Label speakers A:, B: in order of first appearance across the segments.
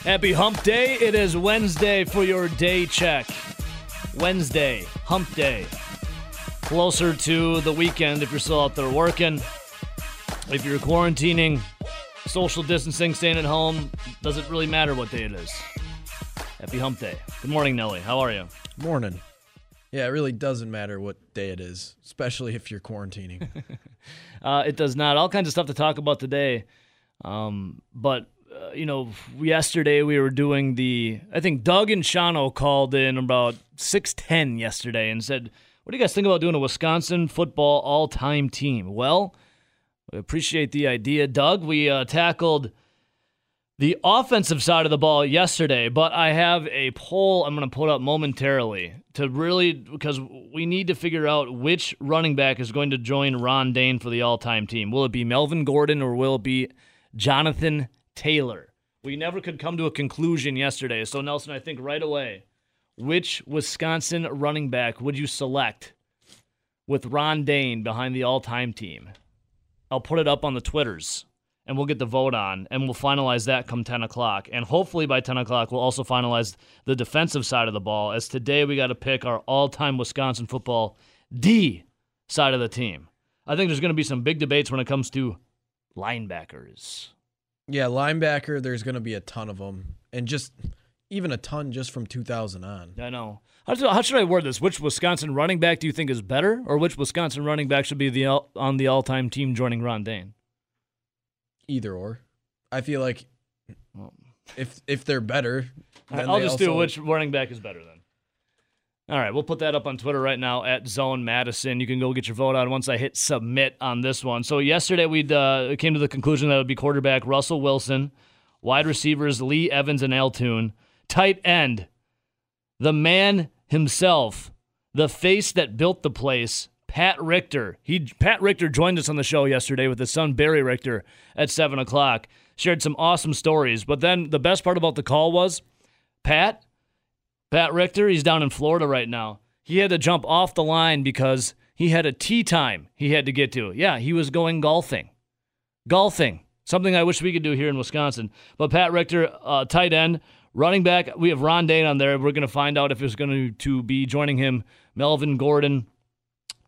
A: Happy Hump Day. It is Wednesday for your day check. Wednesday, Hump Day. Closer to the weekend if you're still out there working. If you're quarantining, social distancing, staying at home, doesn't really matter what day it is. Happy Hump Day. Good morning, Nelly. How are you?
B: Morning. Yeah, it really doesn't matter what day it is, especially if you're quarantining.
A: Uh, it does not. All kinds of stuff to talk about today. Um, but, uh, you know, yesterday we were doing the. I think Doug and Shano called in about 610 yesterday and said, What do you guys think about doing a Wisconsin football all time team? Well, we appreciate the idea, Doug. We uh, tackled the offensive side of the ball yesterday, but I have a poll I'm going to put up momentarily to really because we need to figure out which running back is going to join Ron Dane for the all time team. Will it be Melvin Gordon or will it be Jonathan Taylor? We never could come to a conclusion yesterday. So, Nelson, I think right away, which Wisconsin running back would you select with Ron Dane behind the all time team? I'll put it up on the Twitters and we'll get the vote on and we'll finalize that come 10 o'clock. And hopefully by 10 o'clock, we'll also finalize the defensive side of the ball as today we got to pick our all time Wisconsin football D side of the team. I think there's going to be some big debates when it comes to linebackers.
B: yeah, linebacker, there's going to be a ton of them. And just even a ton just from 2000 on.
A: I know. How should, how should I word this? Which Wisconsin running back do you think is better, or which Wisconsin running back should be the all, on the all-time team joining Ron Dane?
B: Either or. I feel like if if they're better, then
A: I'll
B: they
A: just do
B: also-
A: which running back is better then. All right, we'll put that up on Twitter right now at Zone Madison. You can go get your vote out once I hit submit on this one. So yesterday we uh, came to the conclusion that it would be quarterback Russell Wilson, wide receivers Lee Evans and Altoon, tight end, the man himself, the face that built the place, Pat Richter. He Pat Richter joined us on the show yesterday with his son Barry Richter at seven o'clock. Shared some awesome stories, but then the best part about the call was Pat Pat Richter, he's down in Florida right now. He had to jump off the line because he had a tea time he had to get to. Yeah, he was going golfing. Golfing. Something I wish we could do here in Wisconsin. But Pat Richter, uh, tight end, running back. We have Ron Dane on there. We're going to find out if it's going to be joining him, Melvin Gordon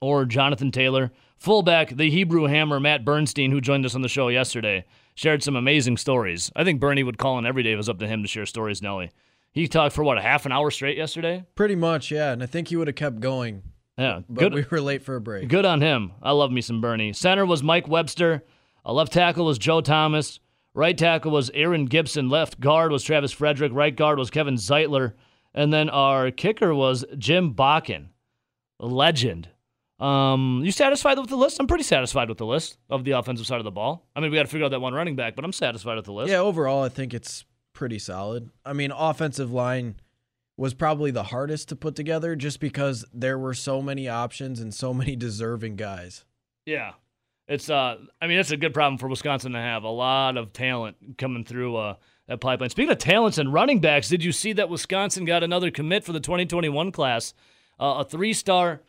A: or Jonathan Taylor. Fullback, the Hebrew hammer, Matt Bernstein, who joined us on the show yesterday, shared some amazing stories. I think Bernie would call in every day if it was up to him to share stories, Nelly. He talked for what, a half an hour straight yesterday?
B: Pretty much, yeah. And I think he would have kept going,
A: Yeah.
B: but
A: Good
B: we were late for a break.
A: good on him. I love me some Bernie. Center was Mike Webster. A left tackle was Joe Thomas. Right tackle was Aaron Gibson. Left guard was Travis Frederick. Right guard was Kevin Zeitler. And then our kicker was Jim Bakken. Legend. Um, you satisfied with the list? I'm pretty satisfied with the list of the offensive side of the ball. I mean, we got to figure out that one running back, but I'm satisfied with the list.
B: Yeah, overall, I think it's pretty solid. I mean, offensive line was probably the hardest to put together just because there were so many options and so many deserving guys.
A: Yeah. It's uh I mean it's a good problem for Wisconsin to have. A lot of talent coming through uh that pipeline. Speaking of talents and running backs, did you see that Wisconsin got another commit for the 2021 class? Uh, a three-star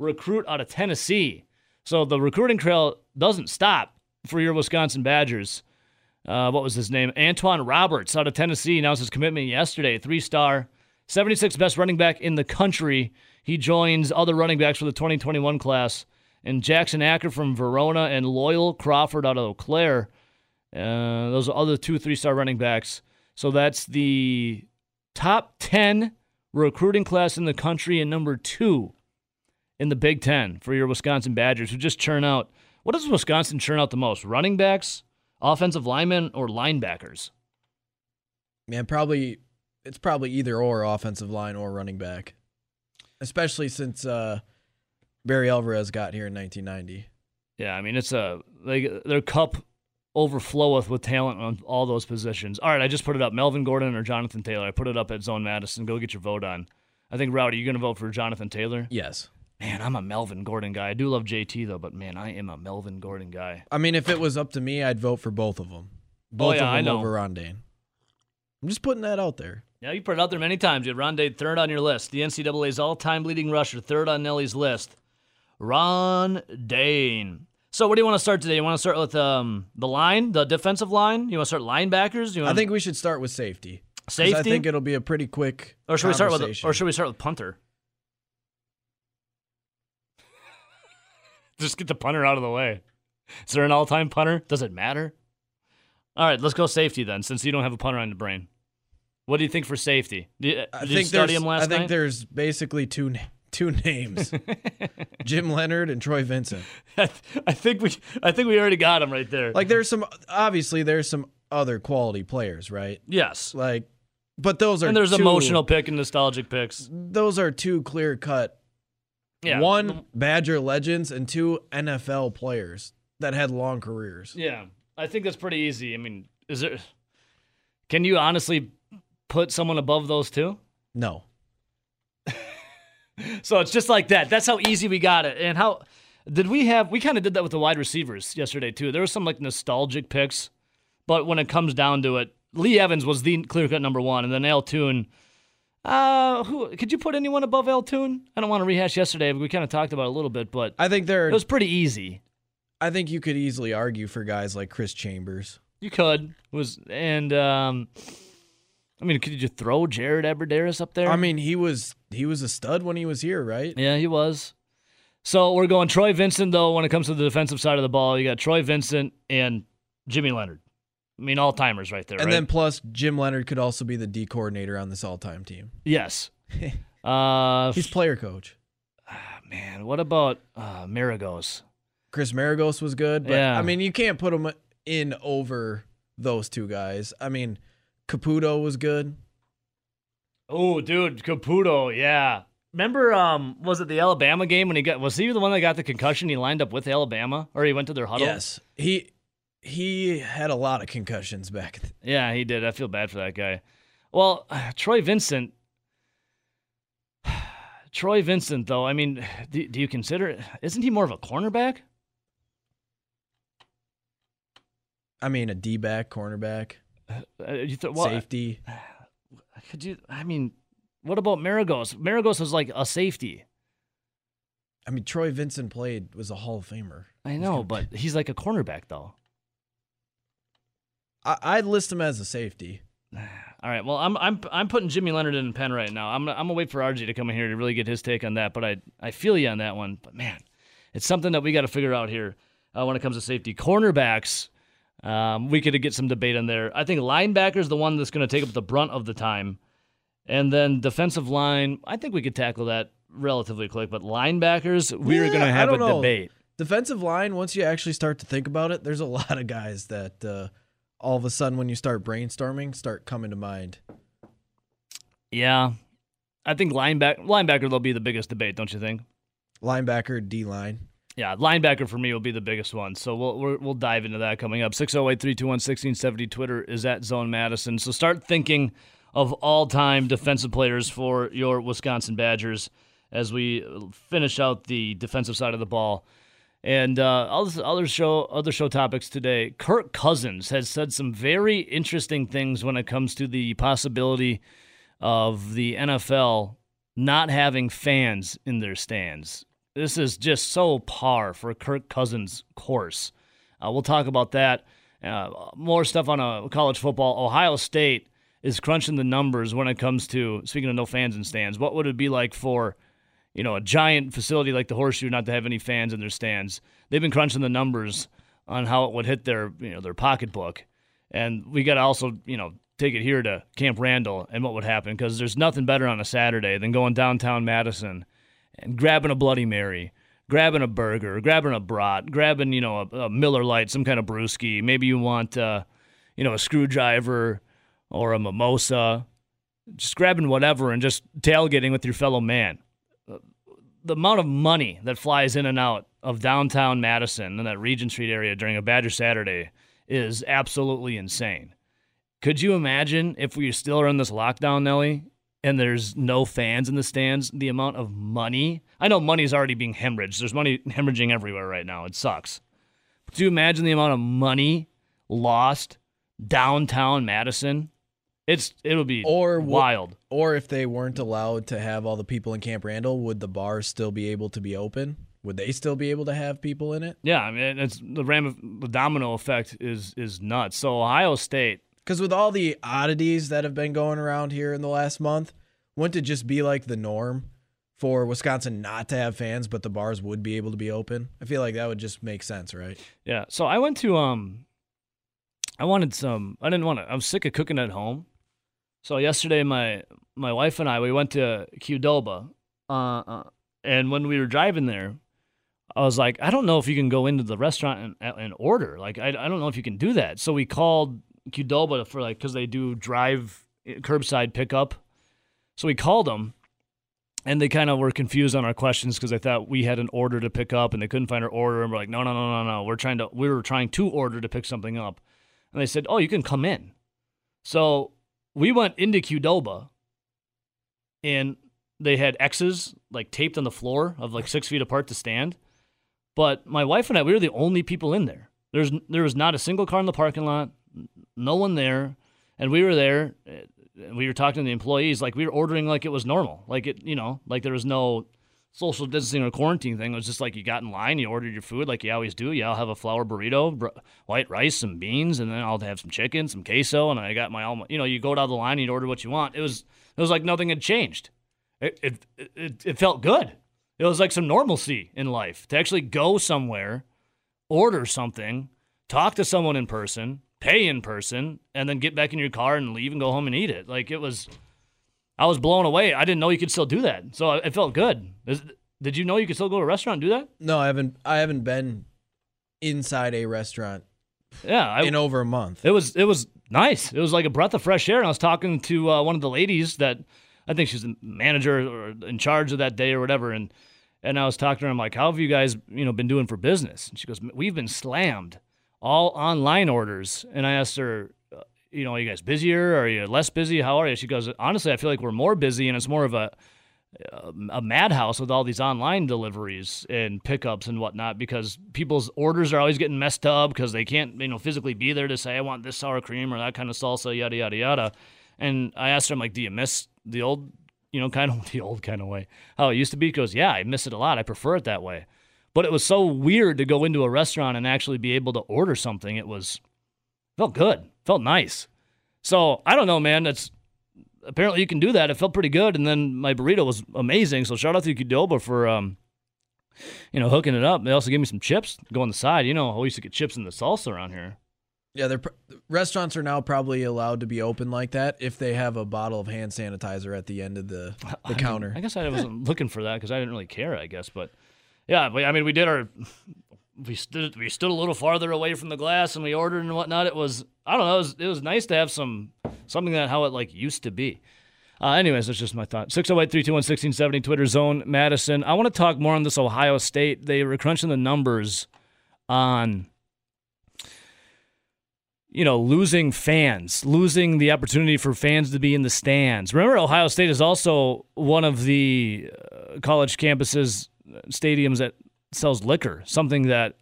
A: recruit out of Tennessee. So the recruiting trail doesn't stop for your Wisconsin Badgers. Uh, what was his name? Antoine Roberts out of Tennessee announced his commitment yesterday. Three star, 76 best running back in the country. He joins other running backs for the 2021 class. And Jackson Acker from Verona and Loyal Crawford out of Eau Claire. Uh, those are other two three star running backs. So that's the top 10 recruiting class in the country and number two in the Big Ten for your Wisconsin Badgers, who just churn out. What does Wisconsin churn out the most? Running backs, offensive linemen, or linebackers?
B: Man, probably it's probably either or offensive line or running back, especially since uh, Barry Alvarez got here in 1990.
A: Yeah, I mean it's a like their cup overfloweth with talent on all those positions. All right, I just put it up: Melvin Gordon or Jonathan Taylor. I put it up at Zone Madison. Go get your vote on. I think Rowdy, you gonna vote for Jonathan Taylor?
B: Yes.
A: Man, I'm a Melvin Gordon guy. I do love JT though, but man, I am a Melvin Gordon guy.
B: I mean, if it was up to me, I'd vote for both of them.
A: Oh,
B: Both
A: yeah,
B: of them
A: I know.
B: over Rondane. I'm just putting that out there.
A: Yeah, you put it out there many times. You had Rondé third on your list. The NCAA's all-time leading rusher, third on Nelly's list. Ron Dane. So, what do you want to start today? You want to start with um, the line, the defensive line? You want to start linebackers? You
B: I
A: wanna-
B: think we should start with safety. 'Cause
A: Safety,
B: I think it'll be a pretty quick.
A: or should we start with
B: conversation.
A: or should we start with punter? Just get the punter out of the way. Is there an all-time punter? Does it matter? All right, let's go safety then, since you don't have a punter on the brain. What do you think for safety? Did, did
B: I
A: you
B: think
A: study
B: there's-
A: him last
B: I think
A: night?
B: there's basically two na- two names: Jim Leonard and Troy Vincent.
A: I, th- I think we I think we already got him right there.
B: Like there's some obviously there's some other quality players, right?
A: yes,
B: Like, but those are
A: and there's
B: two-
A: emotional pick and nostalgic picks.
B: Those are two clear cut.
A: Yeah, Mm-hmm.
B: One Badger legends and two NFL players that had long careers.
A: Yeah, I think that's pretty easy. I mean, is there? Can you honestly put someone above those two?
B: No,
A: So it's just like that. That's how easy we got it. And how did we have? We kind of did that with the wide receivers yesterday too. There were some like nostalgic picks, but when it comes down to it, Lee Evans was the clear cut number one, and then Al Toon. Uh, who could you put anyone above Al Toon? I don't want to rehash yesterday, but we kind of talked about it a little bit, but
B: I think there.
A: it
B: Are,
A: was pretty easy.
B: I think you could easily argue for guys like Chris Chambers.
A: You could was and um, I mean, could you throw Jared Aberderis up there?
B: I mean, he was he was a stud when he was here, right?
A: Yeah, he was. So we're going Troy Vincent though. When it comes to the defensive side of the ball, you got Troy Vincent and Jimmy Leonard. I mean, all timers right there.
B: And
A: right?
B: then plus Jim Leonard could also be the D coordinator on this all-time team.
A: yes, uh, ah,
B: He's player coach.
A: man, what about uh, Maragos?
B: Chris Maragos was good, but
A: Yeah.
B: I mean, you can't put him in over those two guys. I mean, Caputo was good.
A: Oh, dude, Caputo, yeah. Remember, um, was it the Alabama game when he got? Was he the one that got the concussion? He lined up with Alabama, or he went to their huddle.
B: Yes, he he had a lot of concussions back. th-
A: Yeah, he did. I feel bad for that guy. Well, Troy Vincent. Troy Vincent, though, I mean, do, do you consider? Isn't he more of a cornerback?
B: I mean, a D back, cornerback,
A: Uh, you th- well, uh,
B: safety.
A: Could you? I mean, what about Maragos? Maragos was like a safety.
B: I mean, Troy Vincent played was a Hall of Famer.
A: I know, but he's like a cornerback, though.
B: I, I'd list him as a safety.
A: All right. Well, I'm I'm I'm putting Jimmy Leonard in the pen right now. I'm gonna- I'm gonna wait for RG to come in here to really get his take on that. But I I feel you on that one. But man, it's something that we got to figure out here uh, when it comes to safety cornerbacks. Um, we could get some debate on there. I think linebacker is the one that's going to take up the brunt of the time, and then defensive line. I think we could tackle that relatively quick. But linebackers, we're
B: Yeah,
A: going to
B: I
A: have a
B: don't know.
A: debate.
B: Defensive line, once you actually start to think about it, there's a lot of guys that uh, all of a sudden, when you start brainstorming, start coming to mind.
A: Yeah, I think linebacker linebacker will be the biggest debate, don't you think?
B: Linebacker, D line.
A: Yeah, linebacker for me will be the biggest one. So we'll we're, we'll dive into that coming up. 608-321-1670 Twitter is at Zone Madison. So start thinking of all-time defensive players for your Wisconsin Badgers as we finish out the defensive side of the ball. And uh, other other show other show topics today. Kirk Cousins has said some very interesting things when it comes to the possibility of the NFL not having fans in their stands. This is just so par for Kirk Cousins' course. Uh, we'll talk about that. Uh, more stuff on uh, college football. Ohio State is crunching the numbers when it comes to speaking of no fans in stands. What would it be like for you know a giant facility like the Horseshoe not to have any fans in their stands? They've been crunching the numbers on how it would hit their you know their pocketbook. And we got to also, you know, take it here to Camp Randall and what would happen because there's nothing better on a Saturday than going downtown Madison and grabbing a Bloody Mary, grabbing a burger, grabbing a brat, grabbing, you know, a, a Miller Lite, some kind of brewski. Maybe you want, uh, you know, a screwdriver or a mimosa. Just grabbing whatever and just tailgating with your fellow man. The amount of money that flies in and out of downtown Madison and that Regent Street area during a Badger Saturday is absolutely insane. Could you imagine if we still are in this lockdown, Nelly, and there's no fans in the stands? The amount of money. I know money's already being hemorrhaged. There's money hemorrhaging everywhere right now. It sucks. But do you imagine the amount of money lost downtown Madison? It's it'll be
B: Or wo-
A: wild.
B: Or if they weren't allowed to have all the people in Camp Randall, would the bars still be able to be open? Would they still be able to have people in it?
A: Yeah, I mean it's the ram the domino effect is is nuts. So Ohio State
B: Because with all the oddities that have been going around here in the last month, wouldn't it just be like the norm for Wisconsin not to have fans, but the bars would be able to be open? I feel like that would just make sense, right?
A: Yeah. So I went to um I wanted some I didn't want to I was sick of cooking at home. So yesterday my my wife and I we went to Qdoba. Uh, uh and when we were driving there, I was like, I don't know if you can go into the restaurant and, and order. Like I, I don't know if you can do that. So we called Qdoba for like cuz they do drive eh, curbside pickup. So we called them and they kind of were confused on our questions because they thought we had an order to pick up and they couldn't find our order and we're like no no no no no we're trying to we were trying to order to pick something up and they said oh you can come in so we went into qdoba and they had x's like taped on the floor of like six feet apart to stand but my wife and i we were the only people in there there's there was not a single car in the parking lot no one there and we were there we were talking to the employees like we were ordering like it was normal like it you know like there was no social distancing or quarantine thing it was just like you got in line you ordered your food like you always do yeah i'll have a flour burrito br- white rice some beans and then i'll have some chicken some queso and i got my alma you know you go down the line and you order what you want it was it was like nothing had changed it, it it, it felt good it was like some normalcy in life to actually go somewhere order something talk to someone in person pay in person and then get back in your car and leave and go home and eat it. Like it was, I was blown away. I didn't know you could still do that. So it felt good. Is, did you know you could still go to a restaurant and do that?
B: No, I haven't. I haven't been inside a restaurant
A: Yeah. I,
B: in over a month.
A: it was, it was nice. It was like a breath of fresh air. And I was talking to uh, one of the ladies that I think she's the manager or in charge of that day or whatever. And, and I was talking to her. I'm like, how have you guys, you know, been doing for business? And she goes, we've been slammed all online orders. And I asked her, uh, you know, are you guys busier? Are you less busy? How are you? She goes, honestly, I feel like we're more busy and it's more of a, a madhouse with all these online deliveries and pickups and whatnot because people's orders are always getting messed up because they can't, you know, physically be there to say, I want this sour cream or that kind of salsa, yada, yada, yada. And I asked her, I'm like, do you miss the old, you know, kind of the old kind of way? How it used to be? She goes, yeah, I miss it a lot. I prefer it that way but it was so weird to go into a restaurant and actually be able to order something. It was felt good, felt nice. So I don't know, man. That's apparently you can do that. It felt pretty good, and then my burrito was amazing. So shout out to Qdoba for um, you know hooking it up. They also gave me some chips to go on the side. You know, I used to get chips in the salsa around here.
B: Yeah, they're pr- restaurants are now probably allowed to be open like that if they have a bottle of hand sanitizer at the end of the, the counter.
A: I guess I wasn't looking for that because I didn't really care. I guess, but yeah, we, I mean, we did our we stood we stood a little farther away from the glass and we ordered and whatnot. It was I don't know. It was, it was nice to have some something that how it like used to be. Uh, anyways, that's just my thought. 608 321 1670, Twitter zone, Madison. I want to talk more on this Ohio State. They were crunching the numbers on, you know, losing fans, losing the opportunity for fans to be in the stands. Remember, Ohio State is also one of the uh, college campuses, uh, stadiums that sells liquor, something that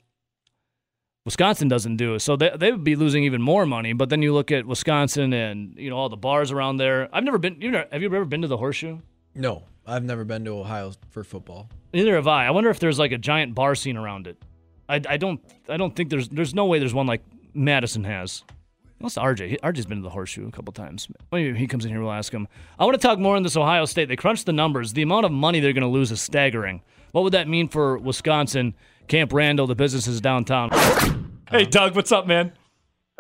A: Wisconsin doesn't do. So they they would be losing even more money. But then you look at Wisconsin and you know all the bars around there. I've never been. You know, have you ever been to the Horseshoe?
B: No, I've never been to Ohio for football.
A: Neither have I. I wonder if there's like a giant bar scene around it. I, I don't I don't think there's there's no way there's one like Madison has. What's RJ? He- RJ's been to the horseshoe a couple times. Maybe he comes in here, we'll ask him. I want to talk more on this Ohio State. They crunched the numbers. The amount of money they're going to lose is staggering. What would that mean for Wisconsin, Camp Randall, the businesses downtown? Hey, Doug, what's up, man?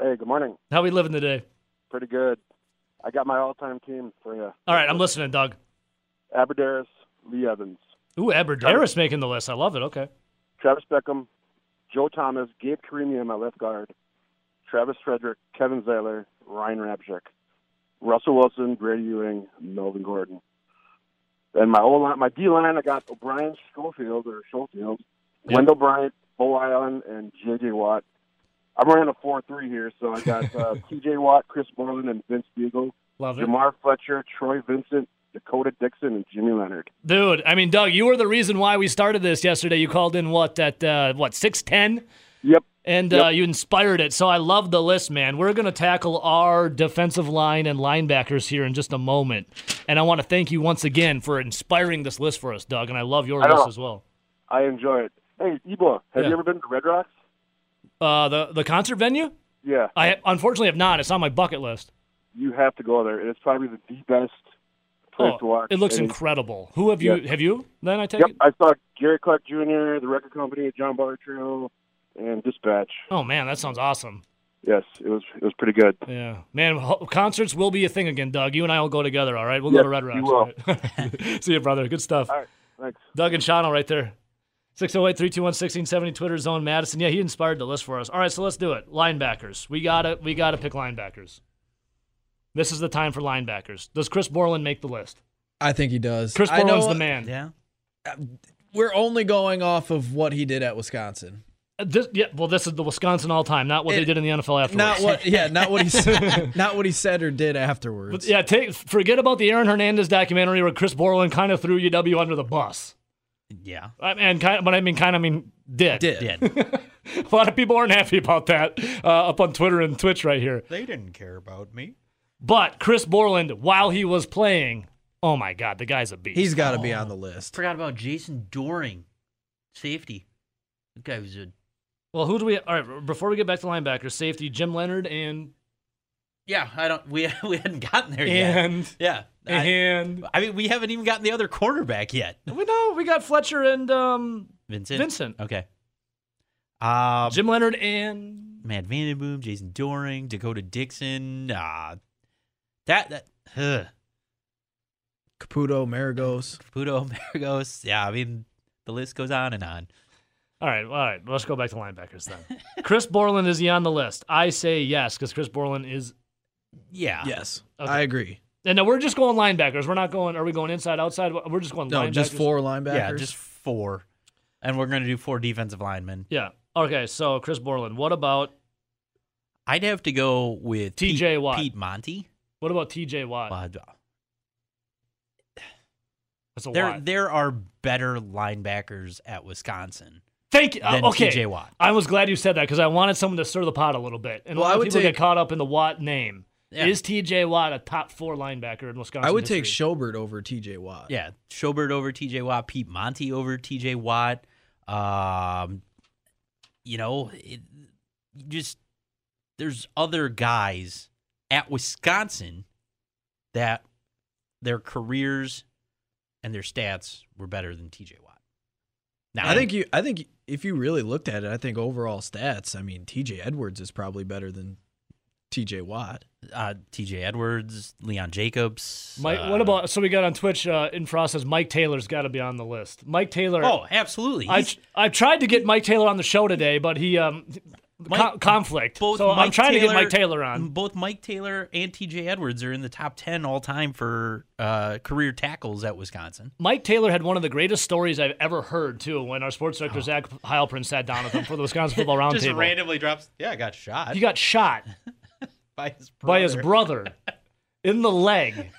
C: Hey, good morning.
A: How we living today?
C: Pretty good. I got my all-time team for you.
A: All right, I'm listening, Doug.
C: Aberderis, Lee Evans,
A: Ooh, Aberderis making the list. I love it. Okay.
C: Travis Beckham, Joe Thomas, Gabe Karimi on my left guard, Travis Frederick, Kevin Zeller, Ryan Rabchuk, Russell Wilson, Brady Ewing, Melvin Gordon. Then my whole line, my D line, I got O'Brien, Schofield or Schofield,
A: Yep.
C: Wendell Bryant, Bo Allen, and J.J. Watt. I'm running a four-three here, so I got uh, T.J. Watt, Chris Borland, and Vince Beagle.
A: Love it.
C: Jamar Fletcher, Troy Vincent, Dakota Dixon, and Jimmy Leonard.
A: Dude, I mean, Doug, you were the reason why we started this yesterday. You called in what at uh, what six ten,
C: Yep.
A: and uh,
C: Yep.
A: you inspired it. So I love the list, man. We're gonna tackle our defensive line and linebackers here in just a moment, and I want to thank you once again for inspiring this list for us, Doug. And I love your
C: I
A: list
C: know.
A: as well.
C: I enjoy it. Hey, Ebo, have
A: Yeah.
C: you ever been to Red Rocks?
A: Uh, the the concert venue?
C: Yeah,
A: I unfortunately have not. It's on my bucket list.
C: you have to go there. It's probably the, the best place to
A: Oh,
C: watch.
A: it looks
C: any-
A: incredible. Who have you?
C: Yeah.
A: Have you? Then I take
C: Yep,
A: it.
C: I saw Gary Clark Jr., the record company, John Baller Trio, and Dispatch.
A: Oh man, that sounds awesome.
C: Yes, it was it was pretty good.
A: Yeah, man, ho- concerts will be a thing again, Doug. You and I will go together. All right, we'll
C: Yes,
A: go to Red Rocks.
C: you
A: all right? See you, brother. Good stuff.
C: All right, thanks.
A: Doug and Shano right there. 608 321 1670 Twitter Zone Madison. Yeah, he inspired the list for us. All right, so let's do it. Linebackers. We gotta we gotta pick linebackers. This is the time for linebackers. Does Chris Borland make the list?
B: I think he does.
A: Chris
B: I know
A: Borland's the man.
D: Yeah.
B: We're only going off of what he did at Wisconsin.
A: Uh, This, yeah, well, this is the Wisconsin all time, not what they
B: It-
A: did in the NFL afterwards.
B: Not what yeah, not what he said not what he said or did afterwards.
A: But yeah, take, forget about the Aaron Hernandez documentary where Chris Borland kind of threw UW under the bus.
D: Yeah.
A: I, and kind of, but I mean, kind of, I mean, did.
B: Did.
D: Did.
A: A lot of people aren't happy about that uh, up on Twitter and Twitch right here.
D: they didn't care about me.
A: But Chris Borland, while he was playing, oh my God, the guy's a beast.
B: He's gotta be on the list.
D: Forgot about Jason Doring, safety. That guy was a
A: well. Who do we? All right, before we get back to linebacker, safety, Jim Leonard and
D: yeah. I don't. We we hadn't gotten there yet.
A: and
D: Yeah. I,
A: and
D: I mean, we haven't even gotten the other quarterback yet.
A: we know we got Fletcher and um
D: Vincent.
A: Vincent.
D: Okay. Um,
A: Jim Leonard and
D: Matt Vandenboom, Jason Doring, Dakota Dixon. Uh, that that. Huh.
B: Caputo, Maragos.
D: Caputo, Maragos. Yeah, I mean, the list goes on and on.
A: all right, all right. Let's go back to linebackers then. Chris Borland is he on the list? I say yes because Chris Borland is.
D: Yeah.
B: Yes.
A: Okay.
B: I agree.
A: And no, we're just going linebackers. We're not going. Are we going inside, outside? We're just going.
B: No, just
A: linebackers.
B: four linebackers.
D: Yeah, just four. And we're going to do four defensive linemen.
A: Yeah. Okay. So Chris Borland. What about
D: I'd have to go with
A: TJ
D: Pete,
A: Watt.
D: Pete Monty.
A: what about T.J. Watt?
D: Uh,
A: That's a
D: there,
A: Watt.
D: there are better linebackers at Wisconsin
A: Thank you.
D: than
A: Uh, okay.
D: TJ Watt.
A: I was glad you said that because I wanted someone to stir the pot a little bit. And a
B: Well,
A: lot
B: I
A: of
B: would
A: people get
B: take-
A: caught up in the Watt name.
D: Yeah.
A: Is TJ Watt a top four linebacker in Wisconsin?
B: I would take
A: history?
B: Schobert over TJ Watt.
D: Yeah, Schobert over TJ Watt, Pete Monty over TJ Watt. Um, you know, it, just there's other guys at Wisconsin that their careers and their stats were better than TJ Watt. Now,
B: I think you I think if you really looked at it, I think overall stats, I mean TJ Edwards is probably better than TJ Watt.
D: uh, TJ Edwards, Leon Jacobs.
A: Mike,
D: uh,
A: what about? So we got on Twitch. Uh, Infrost says Mike Taylor's got to be on the list. Mike Taylor.
D: Oh, absolutely.
A: I
D: He's-
A: I tried to get Mike Taylor on the show today, but he um co-
D: Mike-
A: conflict.
D: both
A: So I'm
D: Mike
A: trying to
D: Taylor-
A: get Mike Taylor on.
D: Both Mike Taylor and TJ Edwards are in the top 10 all time for uh, career tackles at Wisconsin.
A: Mike Taylor had one of the greatest stories I've ever heard too. When our sports director Zach Heilprin sat down with him for the Wisconsin Football
D: Just
A: Roundtable,
D: randomly drops, yeah, I got shot
A: he got shot.
D: by his brother.
A: by his brother in the leg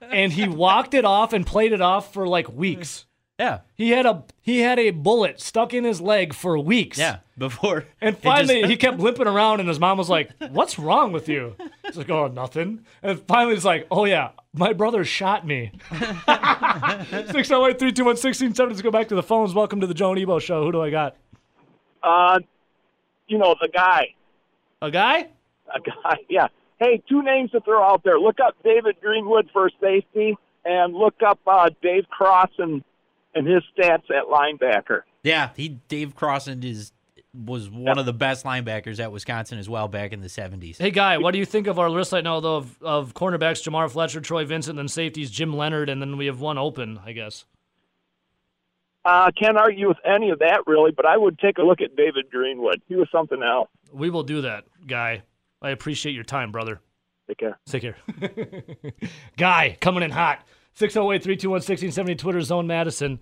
A: and he walked it off and played it off for like weeks
D: Yeah,
A: he had a he had a bullet stuck in his leg for weeks
D: yeah, before.
A: and
D: it
A: finally
D: just-
A: he kept limping around and his mom was like what's wrong with you he's like oh nothing and finally he's like oh yeah my brother shot me 608 321 1670 let's go back to the phones welcome to the joan ebo show who do i got
E: Uh, you know, the guy.
A: a guy
E: A guy, yeah. Hey, two names to throw out there. Look up David Greenwood for safety, and look up uh, Dave Cross and, and his stats at linebacker.
D: yeah, he Dave Crossan is was one of the best linebackers at Wisconsin as well back in the 70s.
A: Hey, Guy, what do you think of our list right now, though, of, of cornerbacks Jamar Fletcher, Troy Vincent, then safeties Jim Leonard, and then we have one open, I guess.
E: Uh, can't argue with any of that, really, but I would take a look at David Greenwood. He was something else.
A: We will do that, Guy. I appreciate your time, brother.
E: Take care.
A: Take care. Guy, coming in hot. 608 321 1670, Twitter Zone Madison.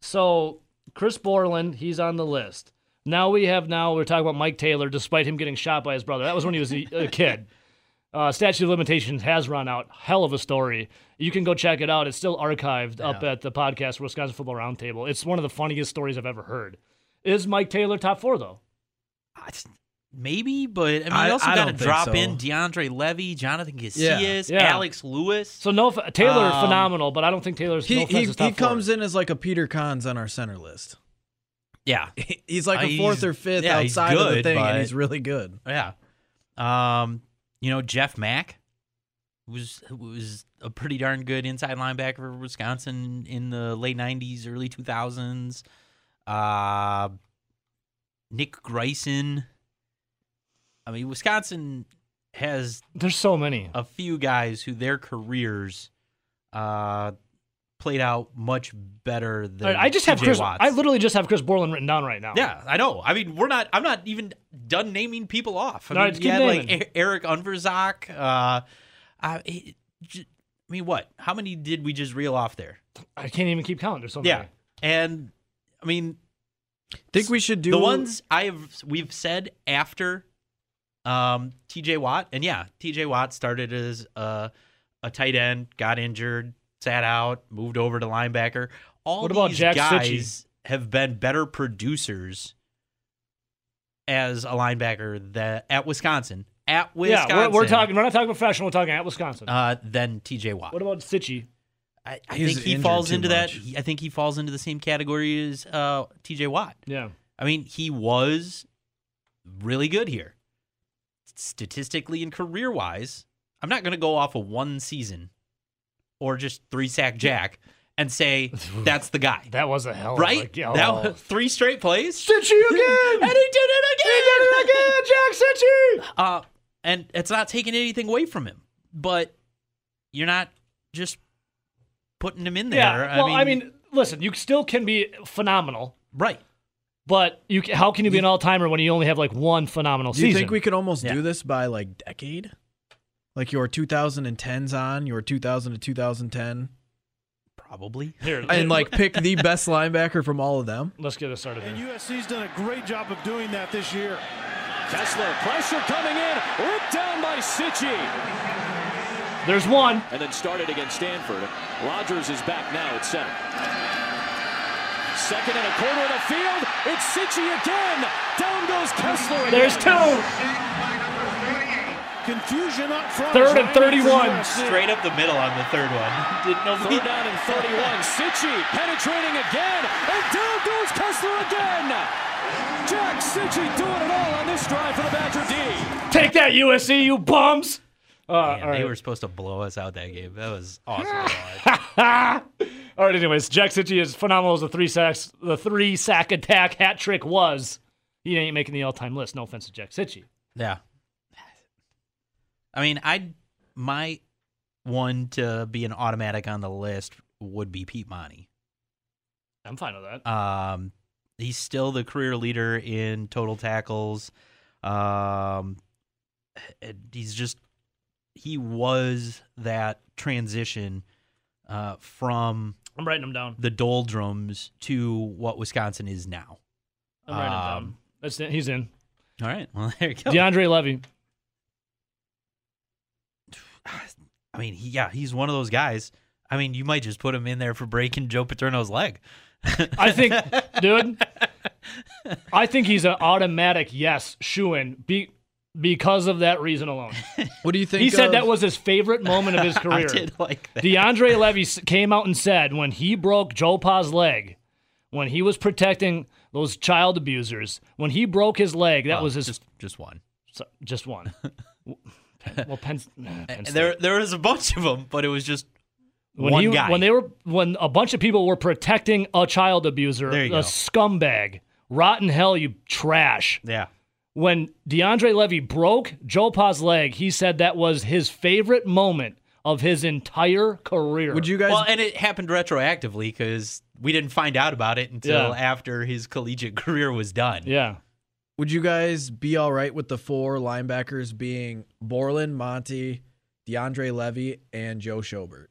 A: So, Chris Borland, he's on the list. Now we have now, we're talking about Mike Taylor, despite him getting shot by his brother. That was when he was a, a kid. Uh, Statute of Limitations has run out. Hell of a story. You can go check it out. It's still archived up at the podcast Wisconsin Football Roundtable. It's one of the funniest stories I've ever heard. Is Mike Taylor top four, though?
D: I just- Maybe, but I mean,
B: I-
D: you also
B: I
D: got to
B: don't think
D: drop
B: so.
D: in DeAndre Levy, Jonathan Casillas,
A: Yeah.
D: Alex Lewis.
A: So, no, f- Taylor,
D: Um,
A: phenomenal, but I don't think Taylor's
B: He
A: no offense,
B: he,
A: is top
B: he
A: four.
B: comes in as like a Peter Kahn's on our center list.
D: yeah,
B: He's like a
D: He's-
B: fourth or fifth
D: yeah, he's
B: outside of the
D: good,
B: thing,
D: but-
B: and he's really good.
D: Yeah. Um, you know, Jeff Mack was was a pretty darn good inside linebacker for Wisconsin in the late '90s, early 2000s. Uh, Nick Grayson. I mean, Wisconsin has
A: There's so many.
D: a few guys who their careers uh, played out much better than
A: All right, I just have
D: T.J.
A: Chris.
D: Watts.
A: I literally just have Chris Borland written down right now.
D: Yeah, I know. I mean, we're not. I'm not even done naming people off. I
A: No,
D: mean,
A: just
D: you
A: keep
D: had
A: naming.
D: like E- Eric Unverzak. Uh, I, it- j- I mean, what? How many did we just reel off there?
A: I can't even keep count. There's so
D: Yeah,
A: many.
D: and I mean
B: Think we should do
D: the ones I have we've said after um, T.J. Watt, and yeah, T.J. Watt started as a, a tight end, got injured, sat out, moved over to linebacker. All
A: What about
D: these
A: Jack
D: guys
A: Stitchy?
D: have been better producers as a linebacker that at Wisconsin at
A: Yeah,
D: Wisconsin.
A: we're, we're talking. We're not talking professional. We're talking at Wisconsin.
D: uh, than T.J. Watt.
A: what about Sitchy?
D: I, I
B: He's
D: think he
B: injured
D: falls
B: too
D: into that.
B: much.
D: I think he falls into the same category as uh, T.J. Watt.
A: Yeah,
D: I mean, he was really good here. Statistically and career wise, I'm not going to go off of one season or just three sack Jack and say that's the guy.
A: that was a hell. of a-
D: right?
A: yeah,
D: That
A: oh.
D: was three straight plays.
A: Stitchy again.
D: And he did it again.
A: Jack Sitchy.
D: Uh, and it's not taking anything away from him, but you're not just putting him in there.
A: Yeah. Well, I mean, listen, you still can be phenomenal,
D: right.
A: but you ca- how can you be an all timer when you only have like one phenomenal
B: Do you
A: season?
B: think we could almost
D: Yeah.
B: do this by like decade? Like your 2010s on, your 2000 to 2010,
D: Probably.
A: Here,
B: and like pick the best linebacker from all of them.
A: let's get us started. Here.
F: USC's done a great job of doing that this year. Kessler, pressure coming in, ripped down by Sitchy,
A: There's one.
F: and then started against Stanford. Rogers is back now at center. Second and a quarter of the field, it's Sitchy again. Down goes Kessler again.
A: There's two.
F: Confusion up front.
A: Third and 31.
D: Straight up the middle on the third one. Didn't know
F: Third down and 31. Sitchy penetrating again. And down goes Kessler again. Jack Sitchy doing it all on this drive for the Badger D.
A: Take that, USC, you bums. Uh, all
D: Man,
A: right.
D: They were supposed to blow us out that game. That was awesome. to watch.
A: all right. Anyways, Jack Sitchy is phenomenal as the three sacks, the three sack attack hat trick was. He ain't making the all time list. No offense to Jack Sitchy.
D: yeah. I mean, I my one to be an automatic on the list would be Pete Monty.
A: I'm fine with that.
D: Um, he's still the career leader in total tackles. Um, and he's just he was that transition uh, from
A: I'm writing him down.
D: the doldrums to what Wisconsin is now.
A: I'm writing him down.
D: Um, Oh.
A: That's it. He's in.
D: All right. Well, there you go.
A: DeAndre Levy.
D: I mean, he, yeah, he's one of those guys. I mean, you might just put him in there for breaking Joe Paterno's leg.
A: I think, dude, I think he's an automatic yes shoe in be, because of that reason alone.
B: What do you think?
A: He said
B: of-
A: that was his favorite moment of his
D: I
A: career.
D: did like that.
A: DeAndre Levy s- came out and said when he broke Joe Pa's leg, when he was protecting those child abusers, when he broke his leg, that
D: Well,
A: was his
D: just just one.
A: so- just one. Penn- well, Penn, nah, Penn
D: And
A: State.
D: there there was a bunch of them, but it was just
A: when
D: one
A: he-
D: guy.
A: when they were when a bunch of people were protecting a child abuser,
D: There
A: a
D: you go.
A: scumbag, rotten hell, you trash.
D: yeah.
A: When DeAndre Levy broke Joe Pa's leg, he said that was his favorite moment of his entire career.
B: Would you guys?
D: Well, and it happened retroactively because we didn't find out about it until
A: Yeah.
D: after his collegiate career was done.
A: Yeah.
B: would you guys be all right with the four linebackers being Borland, Monty, DeAndre Levy, and Joe Schobert?